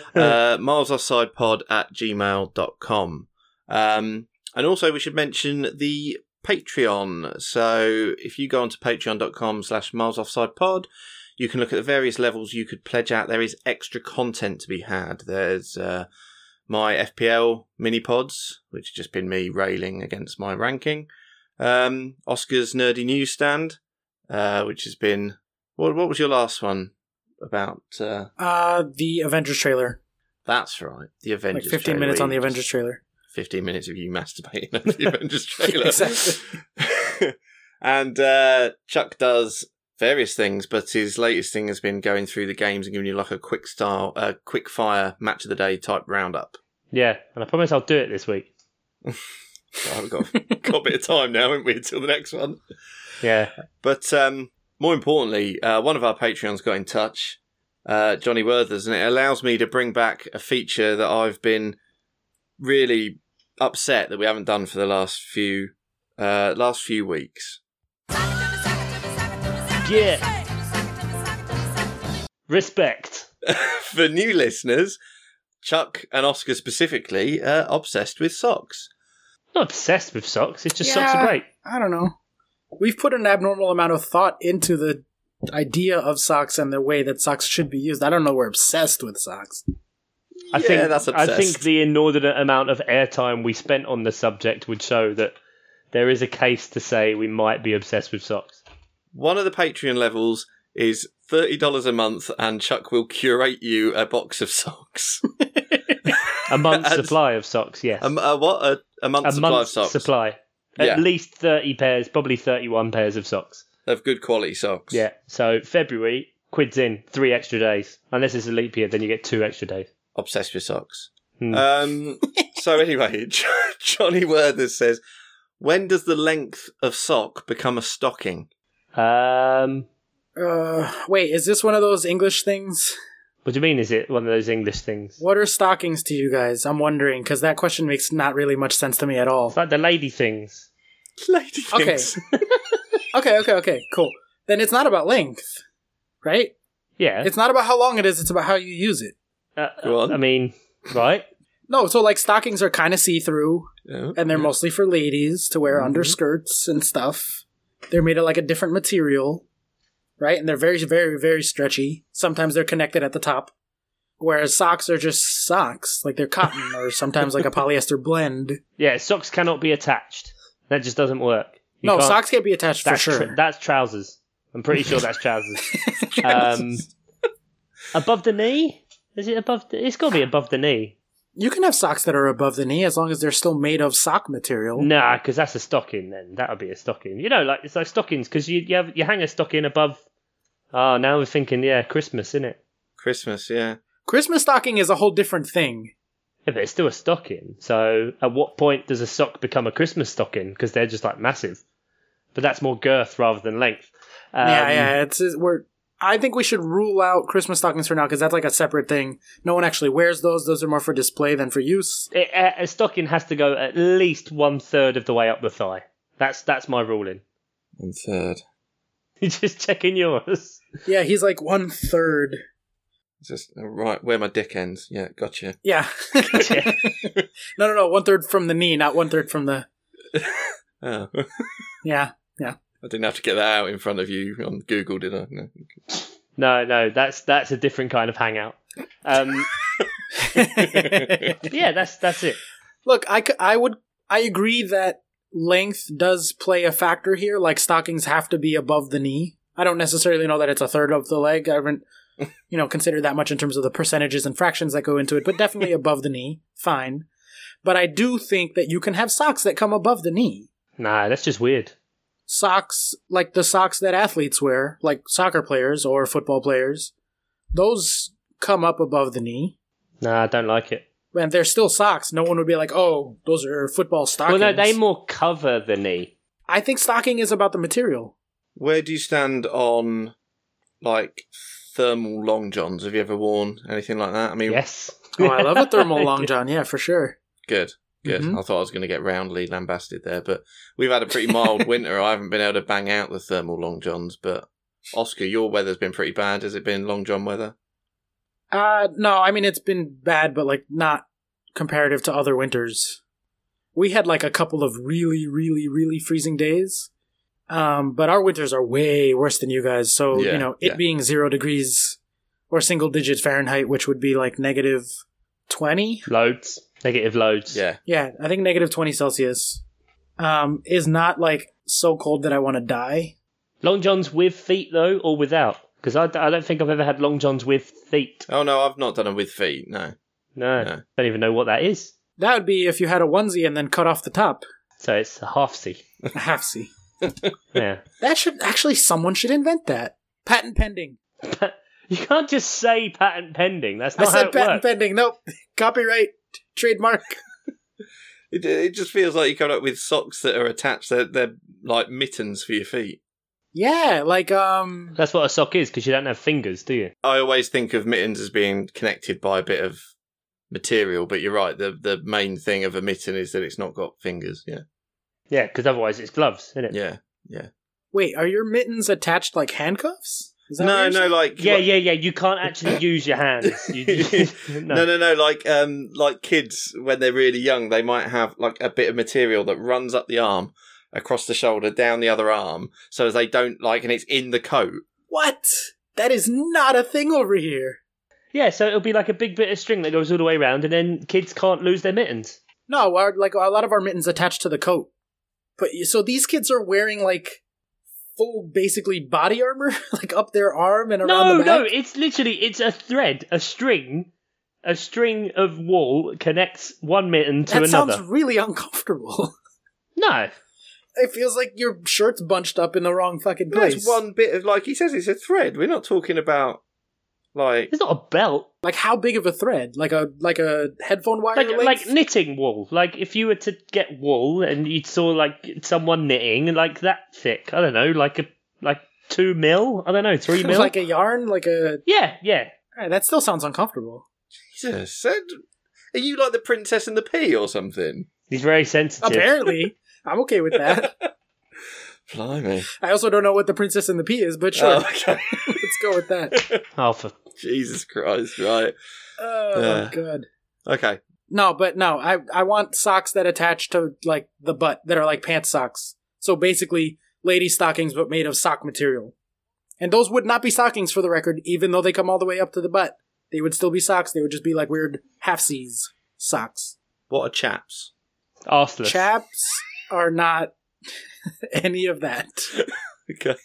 Speaker 2: milesoffsidepod at gmail.com. Um, and also, we should mention the Patreon. So if you go onto patreon.com slash milesoffsidepod, you can look at the various levels you could pledge at. There is extra content to be had. There's uh, my FPL mini pods, which has just been me railing against my ranking. Um, Oscar's nerdy newsstand, uh, which has been what? What was your last one about? Uh,
Speaker 1: Uh, the Avengers trailer.
Speaker 2: that's right. The Avengers.
Speaker 1: like 15
Speaker 2: trailer.
Speaker 1: minutes on the
Speaker 2: We- [LAUGHS]
Speaker 1: Avengers trailer.
Speaker 2: 15 minutes of you
Speaker 1: [LAUGHS]
Speaker 2: masturbating at the Avengers trailer.
Speaker 1: Exactly.
Speaker 2: [LAUGHS] and uh, Chuck does various things, but his latest thing has been going through the games and giving you like a quick style, uh, quick fire match of the day type roundup.
Speaker 3: yeah, and I promise I'll do it this week.
Speaker 2: So I've got,
Speaker 1: [LAUGHS]
Speaker 2: got a bit of time now, haven't we, until the next one?
Speaker 3: Yeah.
Speaker 2: But um, more importantly, uh, one of our Patreons got in touch, uh, Johnny Worthers, and it allows me to bring back a feature that I've been really upset that we haven't done for the last few uh, last few weeks. [LAUGHS]
Speaker 3: Yeah. Respect.
Speaker 2: for new listeners, Chuck and Oscar specifically uh, obsessed with socks.
Speaker 3: I'm not obsessed with socks. It's just socks
Speaker 1: Yeah.
Speaker 3: are great.
Speaker 1: I don't know. We've put an abnormal amount of thought into the idea of socks and the way that socks should be used. I don't know. We're obsessed with socks.
Speaker 2: Yeah,
Speaker 3: I think
Speaker 2: that's
Speaker 3: I think
Speaker 2: obsessed.
Speaker 3: the inordinate amount of airtime we spent on the subject would show that there is a case to say we might be obsessed with socks.
Speaker 2: One of the Patreon levels is thirty dollars a month, and Chuck will curate you a box of [LAUGHS] socks. [LAUGHS]
Speaker 3: A month's
Speaker 2: And-
Speaker 3: supply of socks, yes.
Speaker 2: A, m- a what? A, a month's
Speaker 3: a
Speaker 2: supply
Speaker 3: month's
Speaker 2: of socks.
Speaker 3: supply. At
Speaker 2: Yeah.
Speaker 3: least 30 pairs, probably 31 pairs of socks.
Speaker 2: of good quality socks.
Speaker 3: Yeah. So February, quids in, three extra days. Unless it's a leap year, then you get two extra days.
Speaker 2: Obsessed with socks.
Speaker 3: Hmm.
Speaker 2: Um, so anyway, [LAUGHS] Jo- Johnny Worthers says, when does the length of sock become a stocking? [LAUGHS]
Speaker 3: Um,
Speaker 1: Uh, wait, is this one of those English things?
Speaker 3: what do you mean? Is it one of those English things?
Speaker 1: What are stockings to you guys? I'm wondering because that question makes not really much sense to me at all.
Speaker 3: It's like the lady things.
Speaker 2: Lady
Speaker 1: Okay.
Speaker 2: thinks.
Speaker 1: Okay, okay, okay, cool. Then it's not about length, right?
Speaker 3: Yeah.
Speaker 1: It's not about how long it is. It's about how you use it.
Speaker 3: Uh,
Speaker 2: Go on.
Speaker 3: I mean, right?
Speaker 1: No, so like stockings are kind of see through,
Speaker 2: Yeah.
Speaker 1: and they're mostly for ladies to wear
Speaker 2: Mhm.
Speaker 1: underskirts and stuff. They're made of like a different material, right? And they're very, very, very stretchy. Sometimes they're connected at the top, whereas socks are just socks, like they're cotton or sometimes like a polyester blend.
Speaker 3: Yeah, socks cannot be attached. That just doesn't work. You
Speaker 1: no,
Speaker 3: can't-
Speaker 1: socks can't be attached for
Speaker 3: that's
Speaker 1: sure.
Speaker 3: tr- that's trousers. I'm pretty sure that's
Speaker 1: [LAUGHS]
Speaker 3: trousers. um, above the knee? Is it above? The- it's got to be above the knee.
Speaker 1: you can have socks that are above the knee as long as they're still made of sock material.
Speaker 3: Nah, because that's a stocking. Then that would be a stocking. You know, like it's like stockings because you you, have, you hang a stocking above. Oh, now we're thinking, yeah, Christmas, isn't it?
Speaker 2: Christmas, yeah.
Speaker 1: Christmas stocking is a whole different thing.
Speaker 3: Yeah, but it's still a stocking. So, at what point does a sock become a Christmas stocking? Because they're just like massive, but that's more girth rather than length. Um,
Speaker 1: yeah, yeah, it's it's- we're. I think we should rule out Christmas stockings for now because that's like a separate thing. No one actually wears those. Those are more for display than for use.
Speaker 3: it, a, a stocking has to go at least one third of the way up the thigh. That's that's my ruling. [LAUGHS]
Speaker 2: And third.
Speaker 3: You're just checking yours.
Speaker 1: Yeah, he's like one third.
Speaker 2: Just oh, right where my dick ends. Yeah, gotcha.
Speaker 3: [LAUGHS]
Speaker 1: Yeah. [LAUGHS]
Speaker 3: Yeah.
Speaker 1: no, no, no. One third from the knee, not one third from the.
Speaker 2: Oh. [LAUGHS] I
Speaker 3: [LAUGHS]
Speaker 1: Yeah.
Speaker 2: didn't have to get that out in front of you on Google, did I? No.
Speaker 3: No, no, that's that's
Speaker 1: [LAUGHS]
Speaker 3: a different kind of hangout. Um, yeah, that's that's it.
Speaker 1: Look, I, c- I would I agree that length does play a factor here. Like stockings have to be above the knee. I don't necessarily know that it's a third of the leg. I haven't you know considered that much in terms of the percentages and fractions that go into it, but definitely above the knee. Fine. But I do think that you can have socks that come above the knee.
Speaker 3: Nah, that's just weird.
Speaker 1: Socks like the socks that athletes wear, like soccer players or football players, those come up above the knee.
Speaker 3: Nah, I don't like it.
Speaker 1: And they're still socks. No one would be like, "Oh, those are football stockings."
Speaker 3: Well, no, they more cover the knee.
Speaker 1: I think stocking is about the material.
Speaker 2: Where do you stand on like thermal long johns? Have you ever worn anything like that? I mean,
Speaker 3: Yes.
Speaker 1: Oh, I love a
Speaker 2: [LAUGHS]
Speaker 3: [LAUGHS]
Speaker 1: thermal long john. Yeah, for sure.
Speaker 2: good, good.
Speaker 1: Mhm.
Speaker 2: I thought I was going to get roundly lambasted there, but we've had a
Speaker 1: [LAUGHS]
Speaker 2: pretty mild winter. I haven't been able to bang out the thermal long johns. But Oscar, your weather's been pretty bad. Has it been long john weather?
Speaker 1: Uh, no, I mean it's been bad, but like not comparative to other winters. We had like a couple of really, really, really freezing days. Um, but our winters are way worse than you guys. So
Speaker 2: Yeah,
Speaker 1: you know, it
Speaker 2: yeah.
Speaker 1: being zero degrees or single digit Fahrenheit, which would be like negative twenty.
Speaker 3: Loads. Negative loads.
Speaker 2: Yeah,
Speaker 1: Yeah, I think negative twenty Celsius. Um, is not like so cold that I want to die.
Speaker 3: Long johns with feet though, or without? Because I, I don't think I've ever had long johns with feet.
Speaker 2: Oh no, I've not done them with feet. No.
Speaker 3: No,
Speaker 2: No.
Speaker 3: don't even know what that is.
Speaker 1: That would be if you had a onesie and then cut off the top.
Speaker 3: So it's a halfsy.
Speaker 1: A halfsie.
Speaker 3: Yeah,
Speaker 1: That should actually someone should invent that. Patent pending.
Speaker 3: you can't just say patent pending. That's not
Speaker 1: I
Speaker 3: how
Speaker 1: said
Speaker 3: it
Speaker 1: patent
Speaker 3: works.
Speaker 1: pending. Nope. [LAUGHS] Copyright. Trademark.
Speaker 2: It, it just feels like you come up with socks that are attached. They're, they're like mittens for your feet.
Speaker 1: Yeah, like um
Speaker 3: That's what a sock is because you don't have fingers, do you?
Speaker 2: I always think of mittens as being connected by a bit of material, but you're right. The the main thing of a mitten is that it's not got fingers. Yeah,
Speaker 3: Yeah, because otherwise it's gloves, isn't it?
Speaker 2: yeah.
Speaker 1: wait, are your mittens attached like handcuffs? Is that what
Speaker 2: No,
Speaker 1: you're
Speaker 2: no,
Speaker 1: saying?
Speaker 2: like
Speaker 3: Yeah,
Speaker 2: like-
Speaker 3: yeah, yeah. You can't actually use your hands. You, you- [LAUGHS] no.
Speaker 2: No. no, no, Like, um, like kids when they're really young, they might have like a bit of material that runs up the arm, across the shoulder, down the other arm, so as they don't like, and it's in the coat.
Speaker 1: What? That is not a thing over here.
Speaker 3: Yeah, so it'll be like a big bit of string that goes all the way around, and then kids can't lose their mittens.
Speaker 1: No, our, like a lot of our mittens attached to the coat. But you- so these kids are wearing like full basically body armor [LAUGHS] like up their arm and around
Speaker 3: No,
Speaker 1: the back.
Speaker 3: no, it's literally it's a thread, a string, a string of wool connects one mitten to
Speaker 1: that
Speaker 3: another.
Speaker 1: sounds really uncomfortable. [LAUGHS]
Speaker 3: No,
Speaker 1: It feels like your shirt's bunched up in the wrong fucking place.
Speaker 2: There's one bit of like he says it's a thread. We're not talking about [LAUGHS] like
Speaker 3: it's not a belt.
Speaker 1: Like how big of a thread? Like a like a headphone wire
Speaker 3: Like
Speaker 1: length?
Speaker 3: like knitting wool. Like if you were to get wool and you saw like someone knitting like that thick. I don't know, like a like two mil. I don't
Speaker 1: [LAUGHS]
Speaker 3: know, three mil.
Speaker 1: like a yarn, like a
Speaker 3: yeah, yeah.
Speaker 1: Alright, that still sounds uncomfortable.
Speaker 2: Jesus. Are you like the princess and the pea or something?
Speaker 3: He's very sensitive.
Speaker 1: Apparently, I'm okay with
Speaker 2: [LAUGHS]
Speaker 1: that.
Speaker 2: Blimey.
Speaker 1: I also don't know what the Princess and the Pea is, but [LAUGHS] sure,
Speaker 2: Oh, okay.
Speaker 1: let's go with that.
Speaker 3: Oh, for
Speaker 2: [LAUGHS] Jesus Christ. Right.
Speaker 1: Oh
Speaker 2: Yeah.
Speaker 1: god.
Speaker 2: Okay.
Speaker 1: No, but no, I I want socks that attach to like the butt that are like pants socks. So basically, lady stockings but made of sock material. And those would not be stockings for the record, even though they come all the way up to the butt. They would still be socks. They would just be like weird half seas socks.
Speaker 2: What are chaps?
Speaker 3: arseless.
Speaker 1: Chaps are not [LAUGHS] any of that.
Speaker 2: Okay.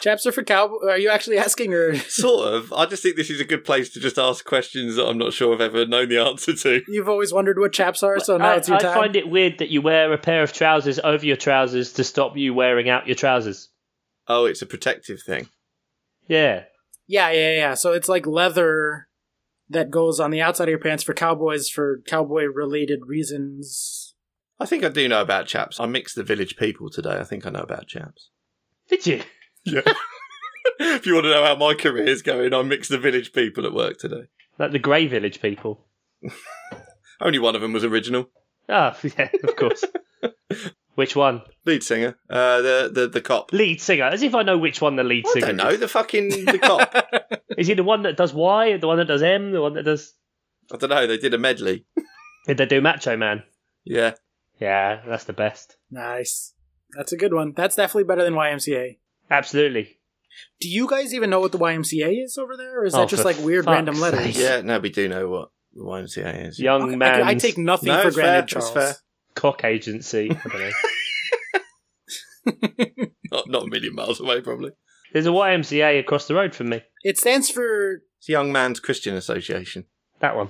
Speaker 1: Chaps are for cow. Are you actually asking or [LAUGHS]
Speaker 2: Sort of. I just think this is a good place to just ask questions that I'm not sure I've ever known the answer to.
Speaker 1: you've always wondered what chaps are? So now
Speaker 3: I,
Speaker 1: it's your
Speaker 3: I
Speaker 1: time.
Speaker 3: find it weird that you wear a pair of trousers over your trousers to stop you wearing out your trousers.
Speaker 2: Oh, it's a protective thing.
Speaker 3: Yeah.
Speaker 1: yeah, yeah, yeah. So it's like leather that goes on the outside of your pants for cowboys for cowboy related reasons.
Speaker 2: I think I do know about chaps. I mixed the village people today. I think I know about chaps.
Speaker 3: Did you?
Speaker 2: Yeah. [LAUGHS] if you want to know how my career is going, I mixed the village people at work today.
Speaker 3: Like the Grey Village people.
Speaker 2: Only one of them was original.
Speaker 3: Ah, [LAUGHS] yeah,
Speaker 1: [LAUGHS]
Speaker 3: of course. Which one?
Speaker 2: Lead singer. Uh, the, the, the cop.
Speaker 3: Lead singer. As if I know which one the lead
Speaker 2: I
Speaker 3: singer
Speaker 2: don't
Speaker 3: is.
Speaker 2: know. The fucking the cop.
Speaker 3: Is he the one that does Y, the one that does M, the one that does.
Speaker 2: I don't know. They did a medley.
Speaker 3: Did they do Macho Man?
Speaker 2: Yeah.
Speaker 3: Yeah, that's the best.
Speaker 1: Nice. That's a good one. That's definitely better than YMCA.
Speaker 3: Absolutely.
Speaker 1: Do you guys even know what the YMCA is over there, or is
Speaker 3: Oh,
Speaker 1: that just
Speaker 3: for
Speaker 1: like weird
Speaker 3: fuck's
Speaker 1: random letters?
Speaker 3: sake.
Speaker 2: Yeah. No, we do know what YMCA is.
Speaker 3: Young
Speaker 1: I,
Speaker 3: man,
Speaker 1: I take nothing
Speaker 2: No,
Speaker 1: for
Speaker 2: it's fair,
Speaker 1: granted,
Speaker 2: it's
Speaker 1: Charles.
Speaker 2: fair.
Speaker 3: cock agency.
Speaker 1: [LAUGHS]
Speaker 3: I don't know.
Speaker 2: Not, not a million miles away, probably.
Speaker 3: There's a YMCA across the road from me.
Speaker 1: It stands for.
Speaker 2: It's the Young Man's Christian Association.
Speaker 3: That one.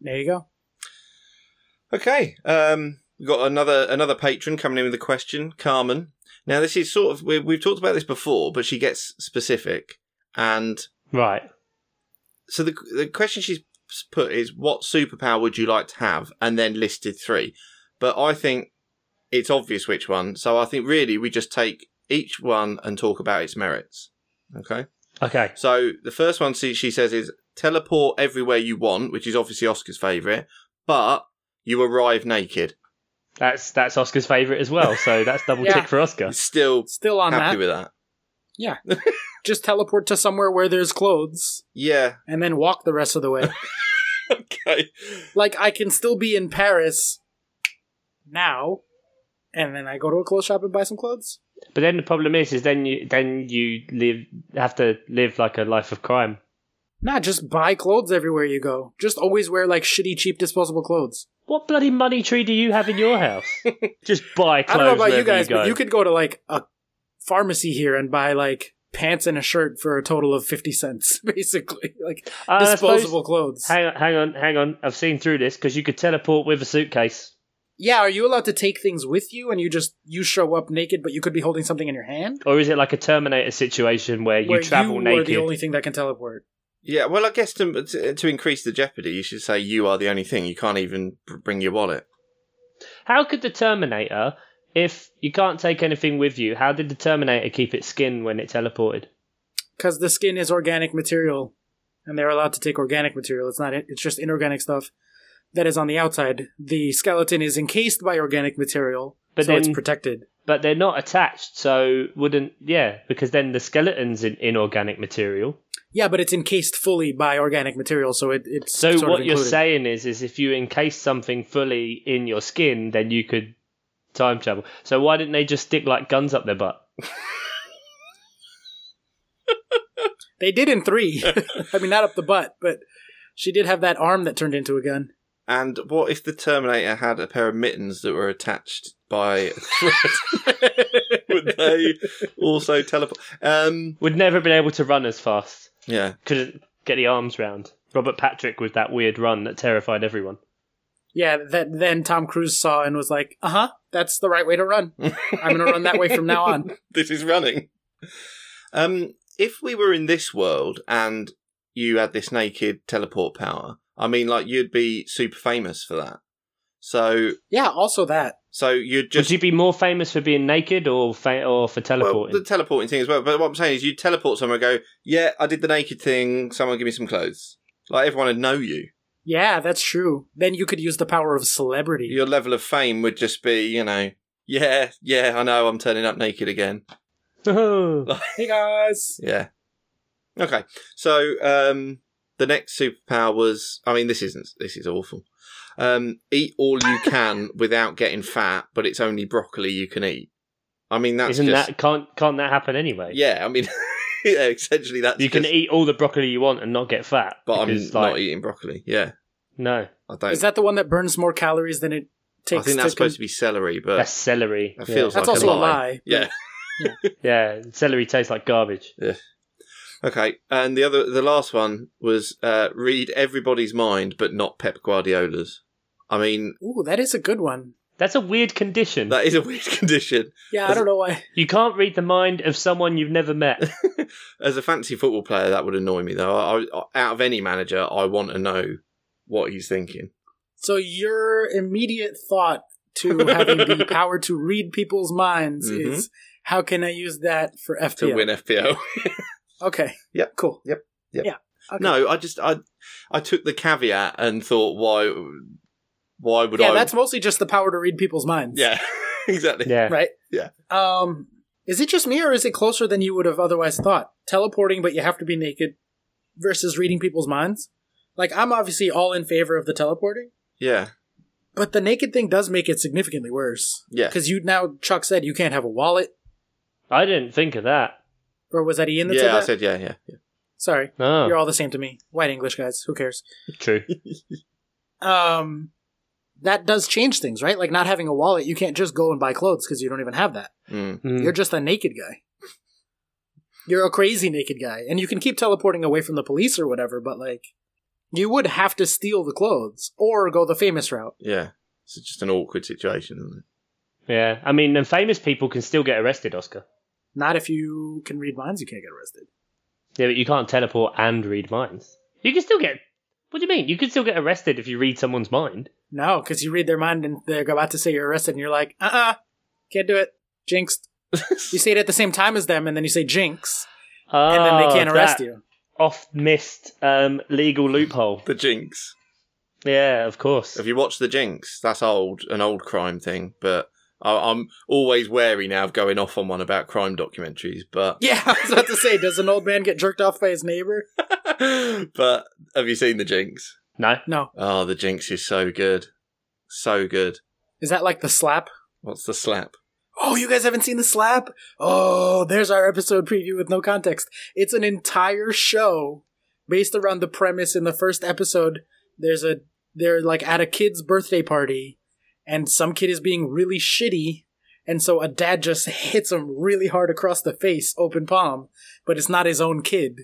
Speaker 1: There you go.
Speaker 2: Okay. Um, we've got another another patron coming in with a question, Carmen. Now, this is sort of we, we've talked about this before, but she gets specific, and
Speaker 3: Right.
Speaker 2: so the the question she's put is, "What superpower would you like to have?" and then listed three. But I think it's obvious which one, so I think really we just take each one and talk about its merits. Okay.
Speaker 3: Okay.
Speaker 2: So the first one she she says is teleport everywhere you want, which is obviously Oscar's favourite, but you arrive naked.
Speaker 3: That's that's Oscar's favourite as well, so that's double
Speaker 1: Yeah.
Speaker 3: tick for Oscar.
Speaker 2: Still
Speaker 1: Still on
Speaker 2: happy
Speaker 1: that.
Speaker 2: with that.
Speaker 1: Just teleport to somewhere where there's clothes
Speaker 2: Yeah.
Speaker 1: and then walk the rest of the way.
Speaker 2: [LAUGHS] Okay.
Speaker 1: like, I can still be in Paris now, and then I go to a clothes shop and buy some clothes.
Speaker 3: But then the problem is, is then you then you live have to live like a life of crime.
Speaker 1: Nah, just buy clothes everywhere you go. Just always wear, like, shitty, cheap, disposable clothes.
Speaker 3: What bloody money tree do you have in
Speaker 1: [LAUGHS]
Speaker 3: your house? Just buy clothes.
Speaker 1: I don't know about you
Speaker 3: wherever
Speaker 1: guys,
Speaker 3: go.
Speaker 1: but you could go to like a pharmacy here and buy like pants and a shirt for a total of 50 cents [LAUGHS] basically like
Speaker 3: Uh, I suppose-
Speaker 1: disposable clothes
Speaker 3: Hang on, hang on, hang on. I've seen through this because you could teleport with a suitcase.
Speaker 1: yeah are you allowed to take things with you and you just you show up naked but you could be holding something in your hand
Speaker 3: Or is it like a Terminator situation where you
Speaker 1: Where
Speaker 3: travel
Speaker 1: you are
Speaker 3: naked?
Speaker 1: the only thing that can teleport
Speaker 2: Yeah. Well, I guess to, to to increase the jeopardy, you should say you are the only thing. You can't even br- bring your wallet.
Speaker 3: How could the Terminator, if you can't take anything with you, how did the Terminator keep its skin when it teleported?
Speaker 1: because the skin is organic material and they're allowed to take organic material it's not it's just inorganic stuff that is on the outside the skeleton is encased by organic material
Speaker 3: But
Speaker 1: so it's
Speaker 3: then-
Speaker 1: protected
Speaker 3: But they're not attached, so wouldn't yeah? Because then the skeleton's in inorganic material.
Speaker 1: yeah but it's encased fully by organic material so it, it's
Speaker 3: So
Speaker 1: sort of
Speaker 3: what you're
Speaker 1: included.
Speaker 3: saying is, is if you encase something fully in your skin, then you could time travel. So why didn't they just stick like guns up their butt?
Speaker 1: [LAUGHS] They did in
Speaker 3: [LAUGHS]
Speaker 1: three. I mean, not up the butt, but she did have that arm that turned into a gun.
Speaker 2: And what if the Terminator had a pair of mittens that were attached by a thread? [LAUGHS] Would they also teleport? Um,
Speaker 3: Would never have been able to run as fast.
Speaker 2: yeah.
Speaker 3: couldn't get the arms round. Robert Patrick with that weird run that terrified everyone.
Speaker 1: Yeah, that then Tom Cruise saw and was like, "Uh huh, that's the right way to run. I'm gonna run that way from now
Speaker 3: [LAUGHS]
Speaker 1: on."
Speaker 2: this is running. Um, if we were in this world and you had this naked teleport power, I mean, like you'd be super famous for that. So,
Speaker 1: Yeah, also that.
Speaker 2: so you'd just
Speaker 3: Would you be more famous for being naked or fa- or for
Speaker 2: well,
Speaker 3: teleporting?
Speaker 2: the teleporting thing as well. But what I'm saying is, you teleport somewhere, and go, yeah, I did the naked thing. Someone give me some clothes. Like everyone would know you.
Speaker 1: Yeah, that's true. Then you could use the power of celebrity.
Speaker 2: Your level of fame would just be, you know, yeah, yeah, I know, I'm turning up naked again.
Speaker 3: [LAUGHS]
Speaker 1: Hey guys,
Speaker 2: Yeah. Okay. So um the next superpower was I mean this isn't this is awful. Um eat all
Speaker 3: [LAUGHS]
Speaker 2: you can without getting fat, but it's only broccoli you can eat. I mean that's
Speaker 3: Isn't
Speaker 2: just
Speaker 3: that can't can't that happen anyway?
Speaker 2: Yeah, I mean [LAUGHS] yeah, essentially that's
Speaker 3: you can
Speaker 2: just-
Speaker 3: eat all the broccoli you want and not get fat.
Speaker 2: but I'm
Speaker 3: because,
Speaker 2: not
Speaker 3: like,
Speaker 2: eating broccoli. Yeah.
Speaker 3: No,
Speaker 2: I don't
Speaker 1: is that the one that burns more calories than it
Speaker 2: I
Speaker 1: takes?
Speaker 2: think that's supposed to be celery, but
Speaker 3: that's celery.
Speaker 2: that
Speaker 3: yeah.
Speaker 2: feels
Speaker 1: That's
Speaker 2: like
Speaker 1: also a
Speaker 2: a lie.
Speaker 1: lie.
Speaker 2: Yeah. [LAUGHS]
Speaker 3: yeah, celery tastes like garbage.
Speaker 2: Okay. And the other the last one was uh read everybody's mind but not Pep Guardiola's. I mean
Speaker 1: Ooh, that is a good one.
Speaker 3: That's a weird condition.
Speaker 2: that is a [LAUGHS] weird condition.
Speaker 1: Yeah, I don't know why.
Speaker 3: you can't read the mind of someone you've
Speaker 1: [LAUGHS]
Speaker 3: never met.
Speaker 2: As a fancy football player, that would annoy me though. I, I, out of any manager, I want to know what he's thinking.
Speaker 1: So your immediate thought to having
Speaker 2: [LAUGHS]
Speaker 1: the power to read people's minds
Speaker 2: Mhm.
Speaker 1: is, "How can I use that for FPL?"
Speaker 2: To win [LAUGHS] FPL,
Speaker 1: Okay.
Speaker 2: Yep.
Speaker 1: Cool.
Speaker 2: Yep. Yep.
Speaker 1: Yeah. Okay.
Speaker 2: no, I just I I took the caveat and thought, why why would
Speaker 1: yeah,
Speaker 2: I?
Speaker 1: that's mostly just the power to read people's minds.
Speaker 2: [LAUGHS] yeah, [LAUGHS] exactly.
Speaker 3: yeah,
Speaker 1: Right.
Speaker 2: Yeah.
Speaker 1: Um, is it just me or is it closer than you would have otherwise thought? Teleporting, but you have to be naked, versus reading people's minds. Like I'm obviously all in favor of the teleporting,
Speaker 2: Yeah,
Speaker 1: but the naked thing does make it significantly worse.
Speaker 2: yeah.
Speaker 1: Because you now, Chuck said you can't have a wallet,
Speaker 3: I didn't think of that.
Speaker 1: or was that Ian that said
Speaker 2: yeah,
Speaker 1: that?
Speaker 2: I said yeah, yeah.
Speaker 1: Sorry.
Speaker 3: Oh,
Speaker 1: You're all the same to me. White English guys. Who cares? [LAUGHS]
Speaker 3: true.
Speaker 1: Um, that does change things, right? Like not having a wallet, you can't just go and buy clothes because you don't even have that.
Speaker 2: Mm.
Speaker 3: Mm.
Speaker 1: You're just a naked guy. You're a crazy naked guy, and you can keep teleporting away from the police or whatever. But like, you would have to steal the clothes or go the famous route.
Speaker 2: Yeah. It's just an awkward situation, isn't it?
Speaker 3: Yeah, I mean, and famous people can still get arrested, Oscar.
Speaker 1: Not if you can read minds, you can't get arrested.
Speaker 3: Yeah, but you can't teleport and read minds. You can still get. What do you mean? You can still get arrested if you read someone's mind.
Speaker 1: No, because you read their mind and they're about to say you're arrested, and you're like, uh uh-uh, uh, can not do it. Jinxed. you say it at the same time as them, and then you say jinx, and then
Speaker 3: Oh,
Speaker 1: they can't arrest
Speaker 3: that
Speaker 1: you. [LAUGHS]
Speaker 3: Oft missed um, legal loophole.
Speaker 2: The Jinx.
Speaker 3: Yeah, of course.
Speaker 2: Have you watched The Jinx? That's old, an old crime thing, but I, I'm always wary now of going off on one about crime documentaries. But [LAUGHS]
Speaker 1: Yeah, I was about to say, does an old man get jerked off by his neighbor?
Speaker 2: but have you seen The Jinx?
Speaker 3: No.
Speaker 1: No.
Speaker 2: Oh, The Jinx is so good, so good.
Speaker 1: Is that like the slap?
Speaker 2: What's the slap?
Speaker 1: Oh, you guys haven't seen the slap? Oh, there's our episode preview with no context. It's an entire show based around the premise in the first episode. There's a they're like at a kid's birthday party and some kid is being really shitty and so a dad just [LAUGHS] hits him really hard across the face, open palm, but it's not his own kid.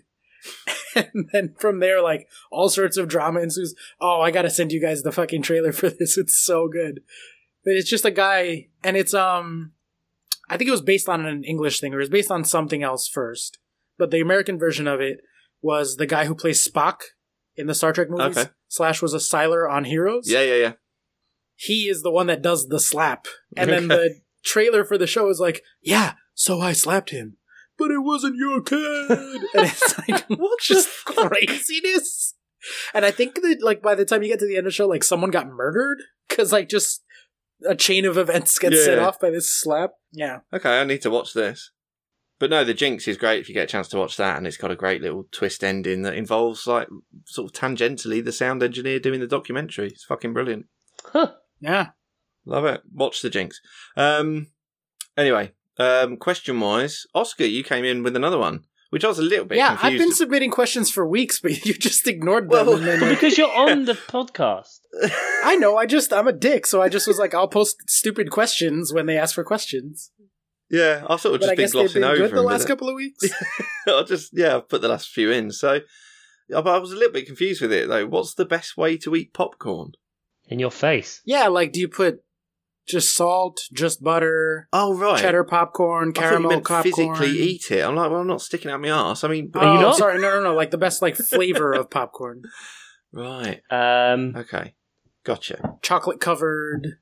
Speaker 1: [LAUGHS] and then from there like all sorts of drama ensues. Oh, I got to send you guys the fucking trailer for [LAUGHS] this. It's so good. But it's just a guy and it's um I think it was based on an English thing, or it was based on something else first. But the American version of it was the guy who plays Spock in the Star Trek movies.
Speaker 2: Okay.
Speaker 1: Slash was a Siler on Heroes.
Speaker 2: Yeah, yeah, yeah.
Speaker 1: He is the one that does the slap. And then
Speaker 2: [LAUGHS]
Speaker 1: the trailer for the show is like, yeah, so I slapped him. But it wasn't your kid. and it's
Speaker 2: [LAUGHS]
Speaker 1: like [LAUGHS]
Speaker 2: What
Speaker 1: just craziness. And I think that like by the time you get to the end of the show, like someone got murdered because like just a chain of events gets set
Speaker 2: Yeah.
Speaker 1: off by this slap. Yeah.
Speaker 2: Okay, I need to watch this. But no, The Jinx is great if you get a chance to watch that, and it's got a great little twist ending that involves like sort of tangentially the sound engineer doing the documentary. It's fucking brilliant.
Speaker 3: Huh.
Speaker 1: Yeah.
Speaker 2: Love it. Watch the Jinx. Um, anyway, um, question wise, Oscar, you came in with another one, which I was a little bit
Speaker 1: yeah, I've been
Speaker 2: confused.
Speaker 1: submitting questions for weeks, but [LAUGHS] you just ignored them.
Speaker 2: Well-
Speaker 1: and
Speaker 2: [LAUGHS]
Speaker 1: then,
Speaker 3: Well,
Speaker 1: like,
Speaker 3: because you're on the [LAUGHS] podcast.
Speaker 1: I know, I just I'm a dick, so I just was like, I'll post stupid questions when they ask for questions.
Speaker 2: yeah, I've sort of
Speaker 1: But I
Speaker 2: just been
Speaker 1: guess they've
Speaker 2: glossing
Speaker 1: been
Speaker 2: over
Speaker 1: good the
Speaker 2: them,
Speaker 1: last
Speaker 2: but-
Speaker 1: couple of weeks. [LAUGHS]
Speaker 2: I [LAUGHS] just yeah, I've put the last few in. So, yeah, but I was a little bit confused with it though. What's the best way to eat popcorn?
Speaker 3: In your face.
Speaker 1: yeah, like do you put just salt, just butter,
Speaker 2: Oh right,
Speaker 1: cheddar popcorn,
Speaker 2: I thought you
Speaker 1: caramel
Speaker 2: meant
Speaker 1: popcorn?
Speaker 2: physically eat it. I'm like, well, I'm not sticking out my ass. I mean,
Speaker 3: Are you
Speaker 1: oh,
Speaker 3: not?
Speaker 1: sorry, no, no, no. Like the best, like flavor of popcorn,
Speaker 2: right,
Speaker 3: Um,
Speaker 2: okay, gotcha.
Speaker 1: chocolate covered.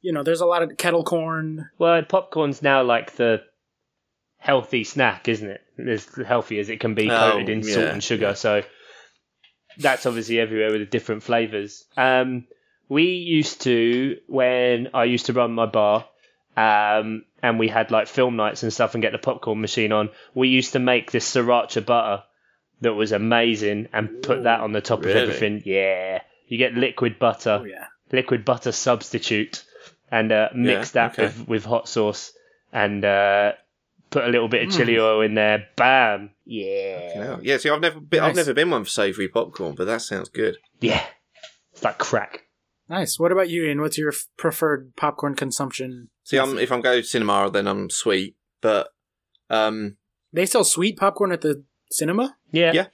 Speaker 1: You know, there's a lot of kettle corn.
Speaker 3: well, popcorn's now like the healthy snack, isn't it? As healthy as it can be,
Speaker 2: Oh,
Speaker 3: coated in salt
Speaker 2: yeah,
Speaker 3: and sugar.
Speaker 2: yeah.
Speaker 3: So that's obviously everywhere with the different flavors. Um, we used to, when I used to run my bar, um, and we had like film nights and stuff and get the popcorn machine on, we used to make this sriracha butter that was amazing and put that on the top
Speaker 2: Really?
Speaker 3: of everything. Yeah. You get liquid butter.
Speaker 1: Oh yeah,
Speaker 3: liquid butter substitute and uh, mix
Speaker 2: Yeah,
Speaker 3: that
Speaker 2: okay.
Speaker 3: with, with hot sauce and uh, put a little bit of chili oil in there. Bam! Yeah.
Speaker 2: Hmm. Yeah, yeah. See, I've never been, I've
Speaker 1: Nice.
Speaker 2: never been one for savoury popcorn, but that sounds good.
Speaker 3: Yeah. It's like crack.
Speaker 1: nice. What about you, Ian? What's your f- preferred popcorn consumption?
Speaker 2: See, I'm, if I'm going to cinema, then I'm sweet. But um,
Speaker 1: They sell sweet popcorn at the cinema.
Speaker 3: Yeah.
Speaker 2: Yeah.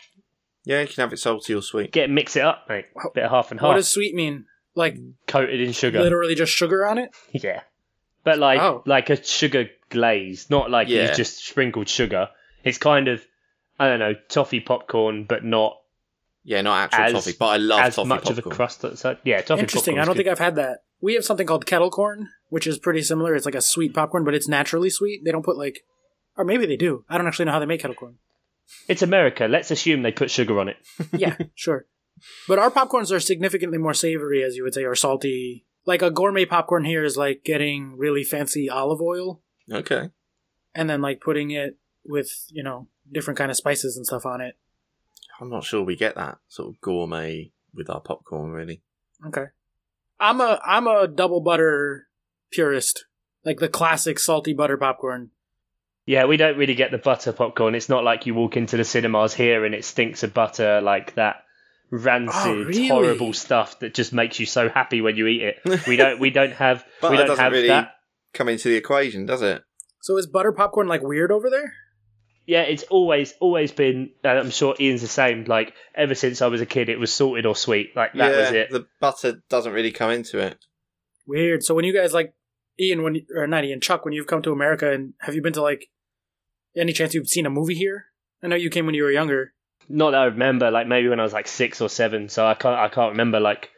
Speaker 2: yeah, you can have it salty or sweet.
Speaker 3: Get mix it up, mate. Bit of half and half.
Speaker 1: What does sweet mean? Like
Speaker 3: coated in sugar.
Speaker 1: literally just sugar on it?
Speaker 3: [LAUGHS] Yeah. But like
Speaker 1: Oh.
Speaker 3: like a sugar glaze, not like
Speaker 2: Yeah.
Speaker 3: you've just sprinkled sugar. It's kind of I don't know, toffee popcorn, but not
Speaker 2: Yeah, not actual
Speaker 3: As-
Speaker 2: toffee, but I love
Speaker 3: as
Speaker 2: toffee
Speaker 3: much
Speaker 2: popcorn.
Speaker 3: of a crust. That's like, yeah, toffee
Speaker 1: Interesting.
Speaker 3: popcorn's
Speaker 1: I don't
Speaker 3: good.
Speaker 1: think I've had that. We have something called kettle corn, which is pretty similar. It's like a sweet popcorn, but it's naturally sweet. They don't put like, or maybe they do. I don't actually know how they make kettle corn.
Speaker 3: it's America. Let's assume they put sugar on it.
Speaker 1: yeah, [LAUGHS] sure. But our popcorns are significantly more savory, as you would say, or salty. Like a gourmet popcorn here is like getting really fancy olive oil
Speaker 2: Okay,
Speaker 1: and then like putting it with you know different kind of spices and stuff on it.
Speaker 2: I'm not sure we get that sort of gourmet with our popcorn, really.
Speaker 1: Okay, I'm a I'm a double butter purist, like the classic salty butter popcorn.
Speaker 3: Yeah, we don't really get the butter popcorn. It's not like you walk into the cinemas here and it stinks of butter like that rancid,
Speaker 1: Oh, really?
Speaker 3: horrible stuff that just makes you so happy when you eat it. We don't we don't
Speaker 2: [LAUGHS]
Speaker 3: have
Speaker 2: But
Speaker 3: we
Speaker 2: that
Speaker 3: don't
Speaker 2: doesn't
Speaker 3: have
Speaker 2: really
Speaker 3: that.
Speaker 2: come into the equation, does it?
Speaker 1: So is butter popcorn like weird over there?
Speaker 3: Yeah, it's always always been. And I'm sure Ian's the same. Like ever since I was a kid, it was salted or sweet. Like that
Speaker 2: yeah,
Speaker 3: was it.
Speaker 2: the butter doesn't really come into it.
Speaker 1: Weird. So when you guys like Ian, when or not Ian, Chuck, when you've come to America, and have you been to like any chance you've seen a movie here? I know you came when you were younger.
Speaker 3: Not that I remember. Like maybe when I was like six or seven. So I can't I can't remember. Like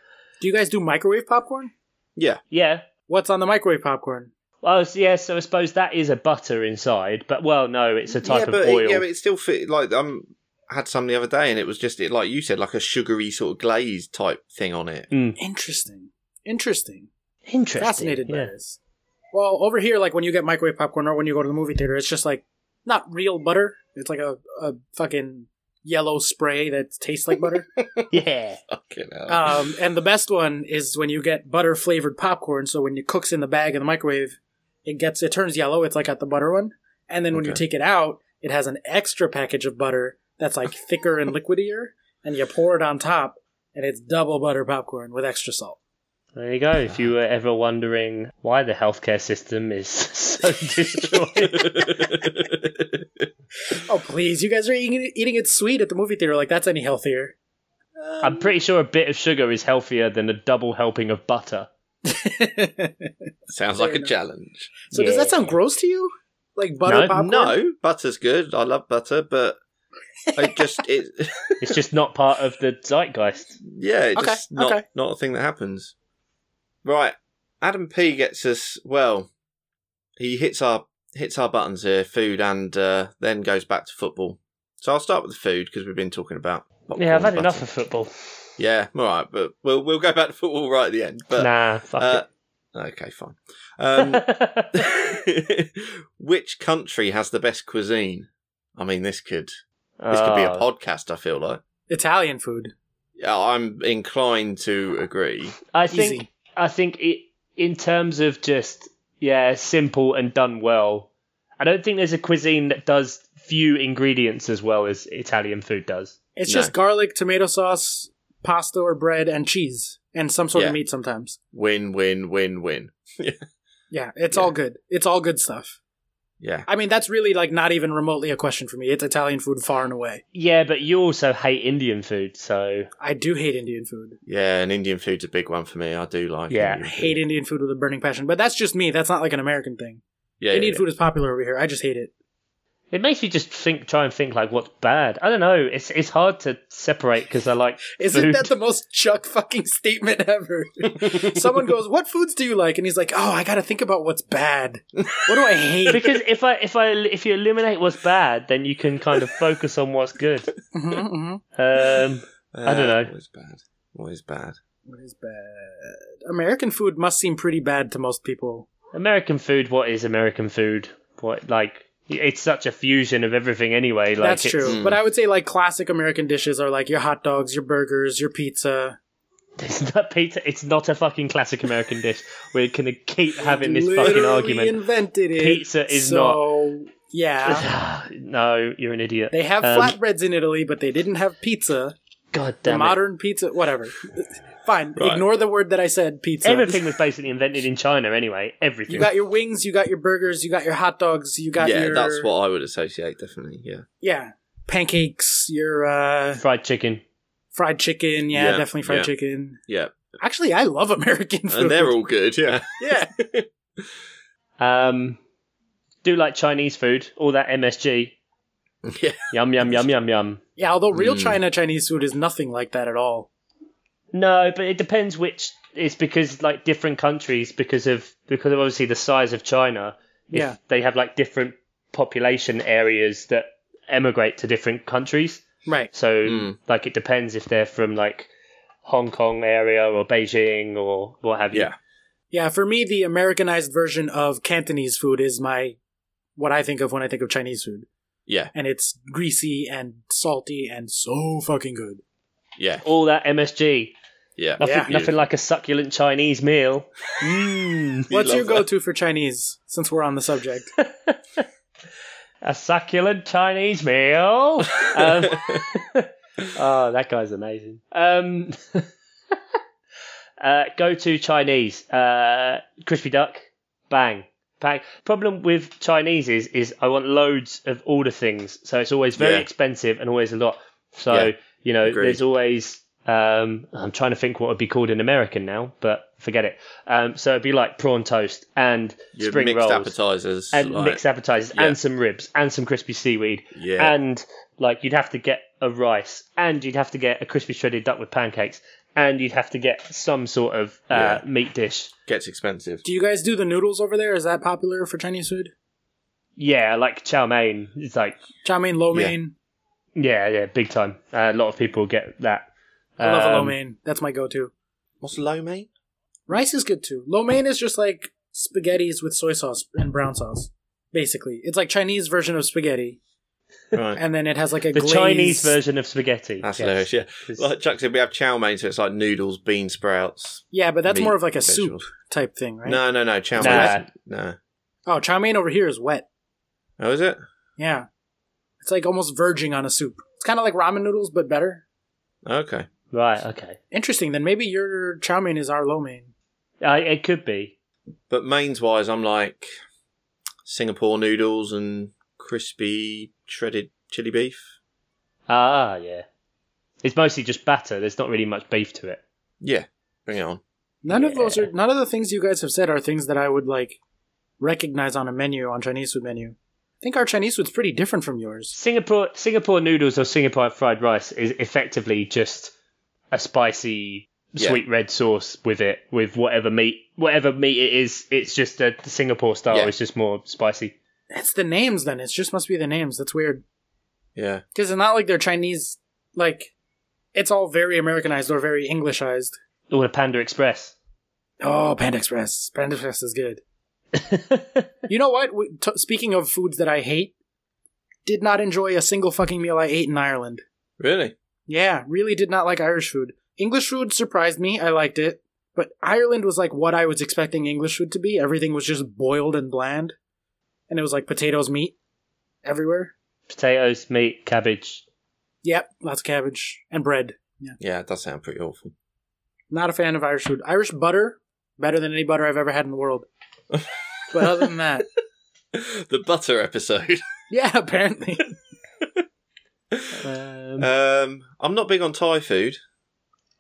Speaker 1: Do you guys do microwave popcorn?
Speaker 2: Yeah,
Speaker 3: yeah.
Speaker 1: What's on the microwave popcorn?
Speaker 3: Well, so- yeah. So I suppose that is a butter inside. But well, no, it's a type
Speaker 2: yeah, but
Speaker 3: of
Speaker 2: it-
Speaker 3: oil.
Speaker 2: yeah, but it still fit. Like um, I had some the other day, and it was just it, like you said, like a sugary sort of glaze type thing on it. [LAUGHS]
Speaker 1: Interesting. Interesting.
Speaker 3: Interesting.
Speaker 1: Fascinated by
Speaker 3: Yeah.
Speaker 2: [LAUGHS]
Speaker 1: this. Well, over here, like when you get microwave popcorn or when you go to the movie theater, it's just like not real butter. It's like a, a fucking yellow spray that tastes like butter.
Speaker 3: yeah.
Speaker 2: Fucking hell.
Speaker 1: [LAUGHS]
Speaker 3: Ah.
Speaker 1: Um, and the best one is when you get butter flavored popcorn. So when it cooks in the bag in the microwave, it gets it turns yellow. It's like at the butter one, and then when you
Speaker 2: Okay.
Speaker 1: take it out, it has an extra package of butter that's like thicker and liquidier, and you pour it on top, and it's double butter popcorn with extra salt.
Speaker 3: There you go. If you were ever wondering why the healthcare system is [LAUGHS] so destroyed,
Speaker 1: Oh please, you guys are eating it, eating it sweet at the movie theater. Like that's any healthier. [LAUGHS]
Speaker 3: I'm pretty sure a bit of sugar is healthier than a double helping of butter.
Speaker 1: so
Speaker 2: [LAUGHS] Sounds
Speaker 1: fair
Speaker 2: like a
Speaker 1: enough.
Speaker 2: challenge.
Speaker 1: does that
Speaker 3: Yeah.
Speaker 1: sound gross to you? Like butter
Speaker 3: No,
Speaker 1: popcorn?
Speaker 2: No, butter's good. I love butter, but
Speaker 1: [LAUGHS]
Speaker 2: it just it
Speaker 3: It's just not part of the zeitgeist.
Speaker 2: yeah, it's
Speaker 1: Okay,
Speaker 2: just not
Speaker 1: okay.
Speaker 2: not a thing that happens. Right, Adam P gets us. Well, he hits our hits our buttons here, food, and uh, then goes back to football. So I'll start with the food because we've been talking about. popcorn
Speaker 3: Yeah, I've had
Speaker 2: and
Speaker 3: enough
Speaker 2: butter.
Speaker 3: of football.
Speaker 2: Yeah, all right, but we'll we'll go back to football right at the end. But
Speaker 3: nah, fuck
Speaker 2: uh, okay, fine. Um, [LAUGHS]
Speaker 3: it. [LAUGHS]
Speaker 2: which country has the best cuisine? I mean, this could this could be a
Speaker 3: Oh,
Speaker 2: podcast. I feel like.
Speaker 1: Italian food.
Speaker 2: Yeah, I'm inclined to agree.
Speaker 3: I think
Speaker 1: Easy.
Speaker 3: I think it, in terms of just yeah, simple and done well. I don't think there's a cuisine that does few ingredients as well as Italian food does.
Speaker 1: It's
Speaker 2: No.
Speaker 1: just garlic, tomato sauce, pasta or bread, and cheese, and some sort
Speaker 2: Yeah.
Speaker 1: of meat sometimes.
Speaker 2: Win, win, win, win.
Speaker 1: Yeah, it's
Speaker 2: Yeah.
Speaker 1: all good. It's all good stuff.
Speaker 2: Yeah.
Speaker 1: I mean, that's really like not even remotely a question for me. It's Italian food far and away.
Speaker 3: Yeah, but you also hate Indian food, so
Speaker 1: I do hate Indian food.
Speaker 2: Yeah, and Indian food's a big one for me. I do like
Speaker 1: I
Speaker 3: Yeah.
Speaker 2: Indian
Speaker 1: hate
Speaker 2: food.
Speaker 1: Indian food with a burning passion, but that's just me. That's not like an American thing.
Speaker 2: Yeah,
Speaker 1: Indian
Speaker 2: yeah,
Speaker 1: food is popular over here. I just hate it.
Speaker 3: It makes you just think, try and think like what's bad. I don't know. It's it's hard to separate because I like.
Speaker 1: Isn't
Speaker 3: food.
Speaker 1: that
Speaker 2: [LAUGHS]
Speaker 1: the most Chuck fucking statement ever? Someone goes, "What foods do you like?" and he's like, "Oh, I got to think about what's bad. What do I
Speaker 2: [LAUGHS]
Speaker 1: hate?"
Speaker 3: [LAUGHS] because if I if I if you eliminate what's bad, then you can kind of focus on what's good.
Speaker 1: Mhm, mhm.
Speaker 3: Um, I don't know.
Speaker 2: Always bad. Always bad.
Speaker 1: What is bad? American food must seem pretty bad to most people.
Speaker 3: American food. What is American food? What like it's such a fusion of everything anyway. Like
Speaker 1: That's
Speaker 3: it's-
Speaker 1: true.
Speaker 2: Mm.
Speaker 1: But I would say like classic American dishes are like your hot dogs, your burgers, your pizza.
Speaker 3: [LAUGHS] It's not pizza. It's not a fucking classic American dish. We're gonna keep having this fucking
Speaker 1: Literally
Speaker 3: argument.
Speaker 1: Invented it.
Speaker 3: Pizza is
Speaker 1: so,
Speaker 3: [LAUGHS]
Speaker 1: Yeah.
Speaker 3: [SIGHS] no, you're an idiot.
Speaker 1: They have
Speaker 3: Um,
Speaker 1: flatbreads in Italy, but they didn't have pizza.
Speaker 3: God
Speaker 1: The
Speaker 3: damn it.
Speaker 1: modern pizza, whatever. Fine,
Speaker 2: Right.
Speaker 1: ignore the word that I said, pizza.
Speaker 3: Everything was basically invented in China anyway. Everything.
Speaker 1: You got your wings, you got your burgers, you got your hot dogs, you got
Speaker 2: yeah,
Speaker 1: your
Speaker 2: that's what I would associate definitely. Yeah.
Speaker 1: yeah pancakes, your uh,
Speaker 3: fried chicken.
Speaker 1: fried chicken. Yeah,
Speaker 2: Yeah,
Speaker 1: definitely fried
Speaker 2: yeah.
Speaker 1: chicken.
Speaker 3: [LAUGHS]
Speaker 2: Yeah.
Speaker 1: Actually, I love American food.
Speaker 2: And they're all good, yeah. [LAUGHS]
Speaker 1: [LAUGHS] yeah.
Speaker 3: Um, do like Chinese food, all that MSG.
Speaker 2: yeah.
Speaker 3: Yum yum yum yum yum.
Speaker 1: Yeah, although real
Speaker 2: Mm.
Speaker 1: China Chinese food is nothing like that at all.
Speaker 3: No, but it depends which. It's because like different countries, because of because of obviously the size of China. if
Speaker 1: Yeah.
Speaker 3: they have like different population areas that emigrate to different countries.
Speaker 1: Right.
Speaker 3: So
Speaker 2: Mm.
Speaker 3: like it depends if they're from like Hong Kong area or Beijing or what have you.
Speaker 2: Yeah.
Speaker 1: Yeah, for me, the Americanized version of Cantonese food is my what I think of when I think of Chinese food,
Speaker 2: Yeah.
Speaker 1: and it's greasy and salty and so fucking good.
Speaker 2: Yeah.
Speaker 3: All that MSG.
Speaker 2: Yeah.
Speaker 3: Nothing,
Speaker 1: Yeah.
Speaker 3: nothing like a succulent Chinese meal.
Speaker 1: What's
Speaker 2: love
Speaker 1: your
Speaker 2: that.
Speaker 1: go-to for Chinese? Since we're on the subject,
Speaker 3: a succulent Chinese meal.
Speaker 2: [LAUGHS]
Speaker 3: Um, oh, that guy's amazing. Um, [LAUGHS] uh, go to Chinese uh, crispy duck, bang. Bang. Problem with Chinese is, is I want loads of order things, so it's always very
Speaker 2: Yeah.
Speaker 3: expensive and always a lot. So
Speaker 2: Yeah,
Speaker 3: you know,
Speaker 2: agreed.
Speaker 3: there's always. Um, I'm trying to think what would be called in American now, but forget it. Um, so it'd be like prawn toast and
Speaker 2: Your
Speaker 3: spring
Speaker 2: mixed
Speaker 3: rolls
Speaker 2: appetizers.
Speaker 3: and
Speaker 2: like-
Speaker 3: mixed appetizers
Speaker 2: yeah.
Speaker 3: and some ribs and some crispy seaweed
Speaker 2: Yeah.
Speaker 3: and like you'd have to get a rice and you'd have to get a crispy shredded duck with pancakes and you'd have to get some sort of uh,
Speaker 2: Yeah.
Speaker 3: meat dish
Speaker 2: gets expensive.
Speaker 1: Do you guys do the noodles over there? Is that popular for Chinese food?
Speaker 3: yeah like chow mein it's like
Speaker 1: Chow mein, lo
Speaker 2: Yeah.
Speaker 1: mein.
Speaker 3: yeah yeah big time uh, a lot of people get that
Speaker 1: I love a lo
Speaker 3: Um,
Speaker 1: mein. That's my go-to.
Speaker 2: What's lo mein?
Speaker 1: Rice is good too. Lo mein is just like spaghettis with soy sauce and brown sauce. Basically, it's like Chinese version of spaghetti,
Speaker 3: [LAUGHS]
Speaker 2: Right.
Speaker 1: and then it has like a
Speaker 3: the
Speaker 1: glaze.
Speaker 3: chinese version of spaghetti
Speaker 2: That's
Speaker 3: yes.
Speaker 2: hilarious. Yeah.
Speaker 3: 'Cause-
Speaker 2: Like Chuck said, we have chow mein, so it's like noodles, bean sprouts.
Speaker 1: Yeah, but that's
Speaker 2: meat,
Speaker 1: more of like a
Speaker 2: vegetables.
Speaker 1: soup type thing, right?
Speaker 2: No, no, no. Chow
Speaker 1: It's
Speaker 2: mein.
Speaker 3: wet.
Speaker 2: No.
Speaker 1: Oh, chow mein over here is wet.
Speaker 2: Oh, is it?
Speaker 1: Yeah, it's like almost verging on a soup. It's kind of like ramen noodles, but better.
Speaker 2: Okay.
Speaker 3: right okay
Speaker 1: Interesting. Then maybe your chow mein is our lo mein.
Speaker 3: I, Uh, it could be
Speaker 2: But mains wise, I'm like Singapore noodles and crispy shredded chili beef.
Speaker 3: ah yeah it's mostly just batter there's not really much beef to it
Speaker 2: Yeah. Bring it on.
Speaker 1: None of those
Speaker 3: Yeah.
Speaker 1: are none of the things you guys have said are things that I would like recognize on a menu on Chinese food menu. I think our Chinese food's pretty different from yours.
Speaker 3: Singapore Singapore noodles or Singapore fried rice is effectively just a spicy
Speaker 2: Yeah.
Speaker 3: sweet red sauce with it with whatever meat whatever meat it is it's just a the Singapore style
Speaker 2: Yeah.
Speaker 3: it's just more spicy
Speaker 1: It's the names then. It just must be the names. That's weird.
Speaker 2: Yeah.
Speaker 1: Because it's not like they're Chinese. Like, it's all very Americanized or very Englishized.
Speaker 3: or the Panda Express [LAUGHS]
Speaker 1: Oh, Panda Express. Panda Express is good.
Speaker 3: oh
Speaker 1: You know what? We, t- speaking of foods that I hate, did not enjoy a single fucking meal I ate in Ireland.
Speaker 2: Really?
Speaker 1: Yeah, really did not like Irish food. English food surprised me. I liked it. But Ireland was like what I was expecting English food to be. Everything was just boiled and bland. And it was like potatoes, meat everywhere.
Speaker 3: potatoes meat cabbage
Speaker 1: Yep, lots of cabbage and bread. Yeah.
Speaker 2: Yeah, it does sound pretty awful. [LAUGHS]
Speaker 1: Not a fan of Irish food. Irish butter, better than any butter I've ever had in the
Speaker 2: [LAUGHS]
Speaker 1: world. but other than that,
Speaker 2: the butter
Speaker 1: [LAUGHS]
Speaker 2: episode.
Speaker 1: yeah, apparently.
Speaker 3: um,
Speaker 2: Um, I'm not big on Thai food.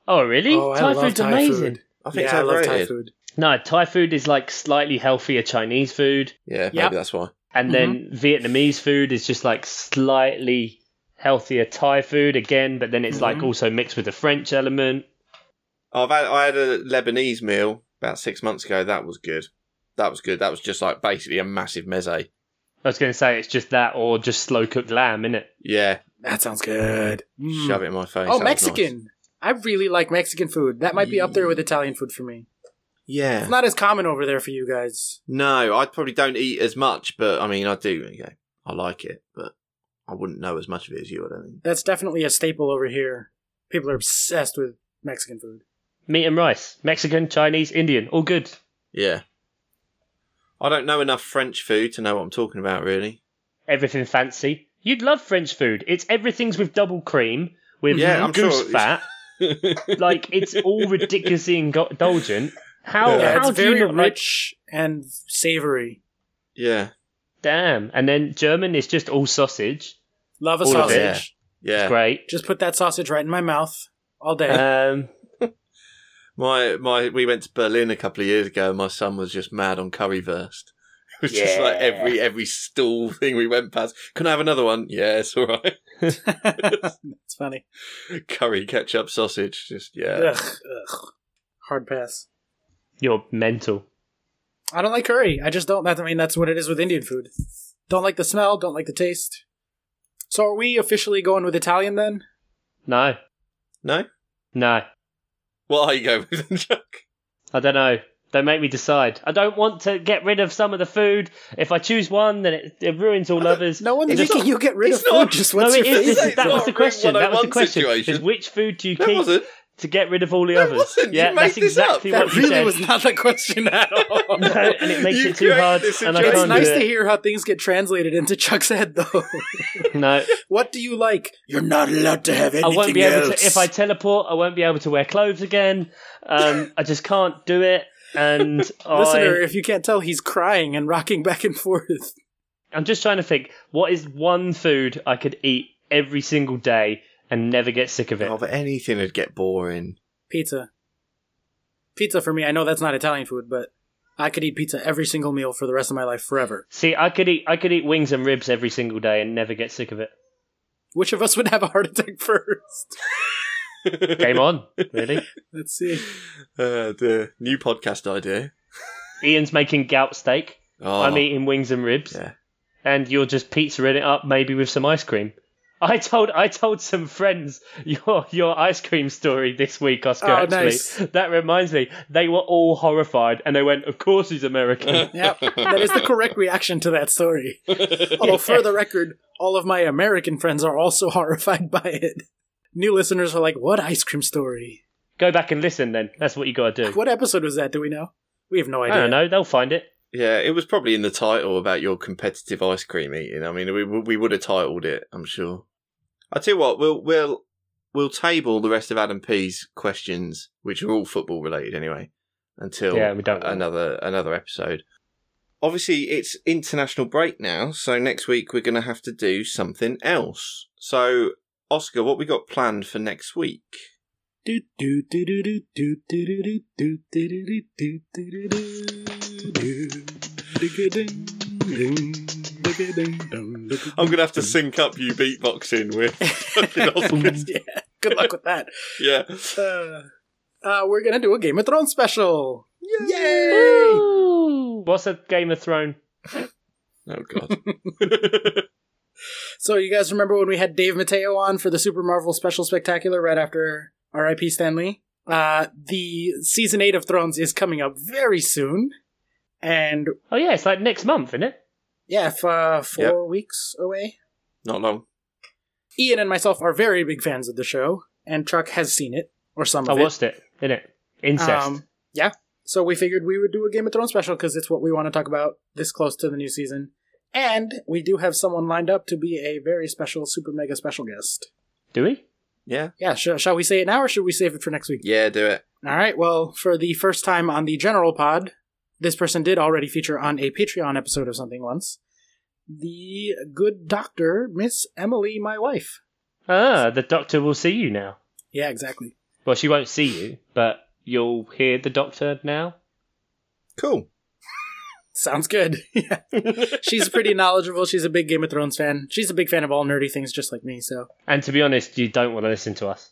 Speaker 3: oh really
Speaker 1: Oh, I
Speaker 3: Thai
Speaker 1: love
Speaker 3: food's
Speaker 1: Thai
Speaker 3: amazing
Speaker 1: food.
Speaker 2: I think
Speaker 1: yeah, I
Speaker 2: it's
Speaker 1: love
Speaker 2: overrated.
Speaker 1: Thai food.
Speaker 3: no Thai food is like slightly healthier Chinese food
Speaker 2: Yeah, maybe
Speaker 1: Yep.
Speaker 2: that's why.
Speaker 3: And
Speaker 1: Mm-hmm.
Speaker 3: then Vietnamese food is just like slightly healthier Thai food again, but then it's like
Speaker 1: Mhm.
Speaker 3: also mixed with the French element.
Speaker 2: I've had I had a Lebanese meal about six months ago. That was good. That was good. That was just like basically a massive meze.
Speaker 3: I was going to say it's just that or just slow cooked lamb, innit?
Speaker 2: Yeah,
Speaker 1: That sounds good. Mm.
Speaker 2: shove it in my face.
Speaker 1: Oh,
Speaker 2: That was nice.
Speaker 1: Mexican. I really like Mexican food. That might be up there with Italian food for me.
Speaker 2: Yeah.
Speaker 1: It's not as common over there for you guys.
Speaker 2: No, I probably don't eat as much, but I mean, I do. Okay, I like it, but I wouldn't know as much of it as you. I don't think.
Speaker 1: That's definitely a staple over here. People are obsessed with Mexican food.
Speaker 3: Meat and rice. Mexican, Chinese, Indian. All good.
Speaker 2: Yeah, I don't know enough French food to know what I'm talking about. Really.
Speaker 3: Everything fancy. You'd love French food. It's everything's with double cream, with
Speaker 2: Yeah, I'm
Speaker 3: goose
Speaker 2: sure it's-
Speaker 3: fat. like, it's all ridiculously ingo- indulgent. How,
Speaker 2: Yeah,
Speaker 1: Yeah,
Speaker 3: how
Speaker 1: it's
Speaker 3: do you
Speaker 1: very
Speaker 3: not like-
Speaker 1: rich and savory.
Speaker 2: yeah,
Speaker 3: Damn. And then German is just all sausage.
Speaker 1: Love a
Speaker 3: All of
Speaker 1: sausage.
Speaker 3: it.
Speaker 2: yeah.
Speaker 3: Great.
Speaker 1: Just put that sausage right in my mouth all day.
Speaker 3: Um,
Speaker 2: My my, we went to Berlin a couple of years ago. and My son was just mad on currywurst. [LAUGHS] It was just like
Speaker 3: Yeah.
Speaker 2: every every stall thing we went past. Can I have another one? Yes, all right. [LAUGHS] Uh.
Speaker 1: [LAUGHS] it's funny.
Speaker 2: Curry, ketchup, sausage. Just yeah.
Speaker 1: Ugh, ugh. Hard pass.
Speaker 3: you're mental.
Speaker 1: I don't like curry. I just don't. That, I mean, that's what it is with Indian food. Don't like the smell. Don't like the taste. So are we officially going with Italian then?
Speaker 3: No,
Speaker 2: No,
Speaker 3: no.
Speaker 2: what are you going with, [LAUGHS] Chuck?
Speaker 3: I don't know. Don't make me decide. I don't want to get rid of some of the food. If I choose one, then it, it ruins all others.
Speaker 1: No one's
Speaker 2: It's
Speaker 1: making
Speaker 2: not-
Speaker 1: you get rid
Speaker 2: it's
Speaker 1: of
Speaker 2: not-
Speaker 1: food. Just
Speaker 3: No,
Speaker 1: what's
Speaker 3: it
Speaker 1: your
Speaker 3: is.
Speaker 2: favorite?
Speaker 3: This
Speaker 1: favorite?
Speaker 3: is- that
Speaker 2: It's
Speaker 3: was
Speaker 2: not
Speaker 3: the
Speaker 2: a room
Speaker 3: question. That was the
Speaker 2: 101
Speaker 3: question. Is
Speaker 2: situation.
Speaker 3: which food do you
Speaker 2: That
Speaker 3: keep?
Speaker 2: wasn't.
Speaker 3: to get rid of all the
Speaker 2: No, it
Speaker 3: others.
Speaker 2: wasn't. You
Speaker 3: Yeah,
Speaker 2: made
Speaker 3: that's
Speaker 2: this up.
Speaker 3: exactly
Speaker 1: That
Speaker 3: what you
Speaker 1: really
Speaker 3: said.
Speaker 1: was not the question at all.
Speaker 3: [LAUGHS] No, and it makes
Speaker 2: You
Speaker 3: it too
Speaker 2: created
Speaker 3: hard,
Speaker 2: this
Speaker 3: and I
Speaker 2: situation.
Speaker 1: It's
Speaker 3: can't
Speaker 1: nice
Speaker 3: do
Speaker 1: to
Speaker 3: it.
Speaker 1: hear how things get translated into Chuck's head, [LAUGHS] though.
Speaker 3: No,
Speaker 1: what do you like? You're not allowed to have
Speaker 3: I
Speaker 1: anything
Speaker 3: won't be
Speaker 1: else.
Speaker 3: able to. If I teleport, I won't be able to wear clothes again. Um, I just can't do it,
Speaker 2: [LAUGHS]
Speaker 3: and
Speaker 1: Listener,
Speaker 3: I,
Speaker 1: if you can't tell, he's crying and rocking back and forth.
Speaker 3: I'm just trying to think what is one food I could eat every single day and never get sick of it.
Speaker 2: Oh, but anything would get boring.
Speaker 1: Pizza. Pizza for me. I know that's not Italian food, but I could eat pizza every single meal for the rest of my life forever.
Speaker 3: See, I could eat I could eat wings and ribs every single day and never get sick of it.
Speaker 1: Which of us would have a heart attack first?
Speaker 3: Game on,
Speaker 1: [LAUGHS]
Speaker 3: really.
Speaker 1: Let's see.
Speaker 2: Uh, the new podcast idea.
Speaker 3: Ian's making gout steak.
Speaker 2: Oh,
Speaker 3: I'm eating wings and ribs,
Speaker 2: Yeah.
Speaker 3: and you're just pizzaing it up, maybe with some ice cream. I told I told some friends your your ice cream story this week, Oscar.
Speaker 1: Oh,
Speaker 3: actually,
Speaker 1: nice.
Speaker 3: that reminds me, they were all horrified, and they went, "Of course
Speaker 1: [LAUGHS]
Speaker 3: he's American."
Speaker 1: Yeah, that is the correct reaction to that story. Although, for the record, all of my American friends are also horrified by it. New listeners are like, "What ice cream story?
Speaker 3: Go back and listen. Then that's what you got to do.
Speaker 1: What episode was that? Do we know? We have no
Speaker 3: I
Speaker 1: idea."
Speaker 3: don't know. They'll find it.
Speaker 2: Yeah, it was probably in the title about your competitive ice cream eating. I mean, we we would have titled it, I'm sure. I tell you what, we'll we'll we'll table the rest of Adam P's questions, which are all football related anyway, until
Speaker 3: Yeah, we don't.
Speaker 2: another another episode. Obviously, it's international break now, so next week we're going to have to do something else. So, Oscar, what we got planned for next week?
Speaker 1: Do, do, do, do, do, do, do, do, do, do, do, do, do, do, do, do, do, do. Digga-ding, ding, digga-ding, dong, digga-ding.
Speaker 2: I'm going to have to sync up you beatboxing with fucking [LAUGHS] Oscar's.
Speaker 1: yeah, good luck with that.
Speaker 2: Yeah.
Speaker 1: Uh, uh, we're gonna do a Game of Thrones special. Yay!
Speaker 3: Woo! What's a Game of Thrones?
Speaker 2: Oh God.
Speaker 1: So you guys remember when we had Dave Mateo on for the Super Marvel Special Spectacular right after R.I.P. Stanley? Uh, the season eight of Thrones is coming up very soon, and
Speaker 3: Oh yeah, it's like next month, isn't it?
Speaker 1: yeah, f- uh, four
Speaker 2: Yep.
Speaker 1: weeks away.
Speaker 2: Not long.
Speaker 1: Ian and myself are very big fans of the show, and Chuck has seen it or some
Speaker 3: I
Speaker 1: of it.
Speaker 3: watched it, isn't it? Incest.
Speaker 1: Um, yeah. So we figured we would do a Game of Thrones special because it's what we want to talk about this close to the new season. And we do have someone lined up to be a very special, super mega special guest.
Speaker 3: Do we?
Speaker 2: Yeah.
Speaker 1: Yeah, sh- shall we say it now or should we save it for next week?
Speaker 2: Yeah, do it.
Speaker 1: All right, well, for the first time on the general pod, this person did already feature on a Patreon episode of something once. The good doctor, Miss Emily, my wife.
Speaker 3: Ah, the doctor will see you now.
Speaker 1: Yeah, exactly.
Speaker 3: Well, she won't see you, but you'll hear the doctor now.
Speaker 2: Cool.
Speaker 1: Sounds good. [LAUGHS] yeah. She's pretty knowledgeable. She's a big Game of Thrones fan. She's a big fan of all nerdy things, just like me, so.
Speaker 3: And to be honest, you don't want to listen to us.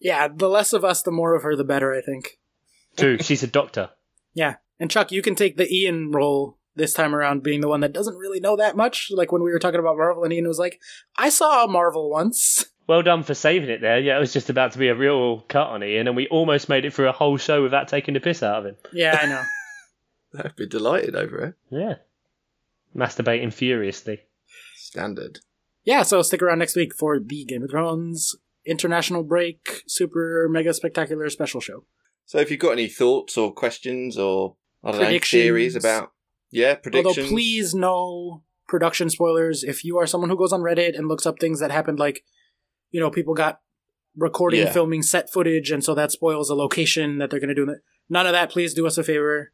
Speaker 1: Yeah, the less of us, the more of her, the better, I think. [LAUGHS]
Speaker 3: True, she's a doctor.
Speaker 1: Yeah. And Chuck, you can take the Ian role this time around, being the one that doesn't really know that much. Like when we were talking about Marvel, and Ian was like, I saw Marvel once.
Speaker 3: Well done for saving it there. Yeah, it was just about to be a real cut on Ian, and we almost made it through a whole show without taking the piss out of him.
Speaker 1: [LAUGHS] Yeah, I know.
Speaker 2: I'd be delighted over it.
Speaker 3: Yeah. Masturbating furiously.
Speaker 2: Standard.
Speaker 1: [LAUGHS] yeah, so stick around next week for the Game of Thrones international break, super mega spectacular special show.
Speaker 2: So if you've got any thoughts or questions or I don't know,
Speaker 1: Predictions.
Speaker 2: theories about yeah, predictions.
Speaker 1: Although, please no production spoilers. If you are someone who goes on Reddit and looks up things that happened, like, you know, people got recording,
Speaker 2: Yeah.
Speaker 1: filming set footage, and so that spoils the location that they're going to do. None of that. Please do us a favor.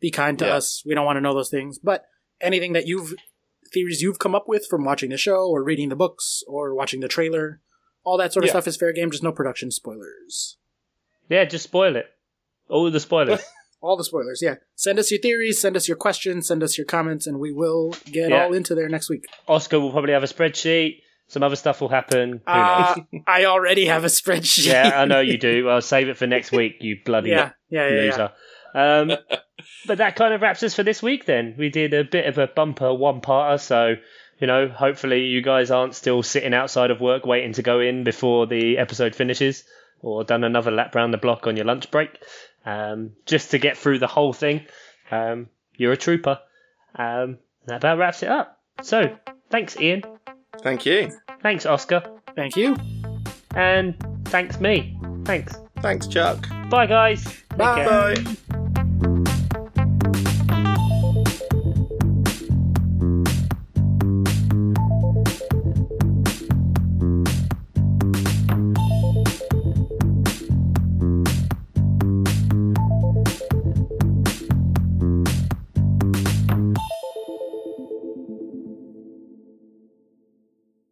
Speaker 1: Be kind to
Speaker 2: Yeah.
Speaker 1: us. We don't want to know those things. But anything that you've, theories you've come up with from watching the show or reading the books or watching the trailer, all that sort of
Speaker 2: Yeah.
Speaker 1: stuff is fair game. Just no production spoilers.
Speaker 3: Yeah, just spoil it. All the spoilers.
Speaker 1: All the spoilers, yeah. Send us your theories, send us your questions, send us your comments, and we will get
Speaker 3: Yeah.
Speaker 1: all into there next week.
Speaker 3: Oscar will probably have a spreadsheet. Some other stuff will happen. Who
Speaker 1: Uh, [LAUGHS]
Speaker 3: knows?
Speaker 1: I already have a spreadsheet.
Speaker 3: yeah, I know you do. I'll save it for next week, you bloody
Speaker 1: [LAUGHS] yeah, yeah, yeah, yeah.
Speaker 3: loser. Um,
Speaker 1: [LAUGHS]
Speaker 3: but that kind of wraps us for this week. Then we did a bit of a bumper one-parter, so you know, hopefully you guys aren't still sitting outside of work waiting to go in before the episode finishes, or done another lap round the block on your lunch break, um, just to get through the whole thing. Um, you're a trooper. Um, that about wraps it up. So thanks, Ian.
Speaker 2: Thank you.
Speaker 3: Thanks, Oscar.
Speaker 1: Thank you.
Speaker 3: And thanks, me. Thanks.
Speaker 2: Thanks, Chuck.
Speaker 3: Bye, guys. Take
Speaker 1: Bye.
Speaker 3: care.
Speaker 2: Bye.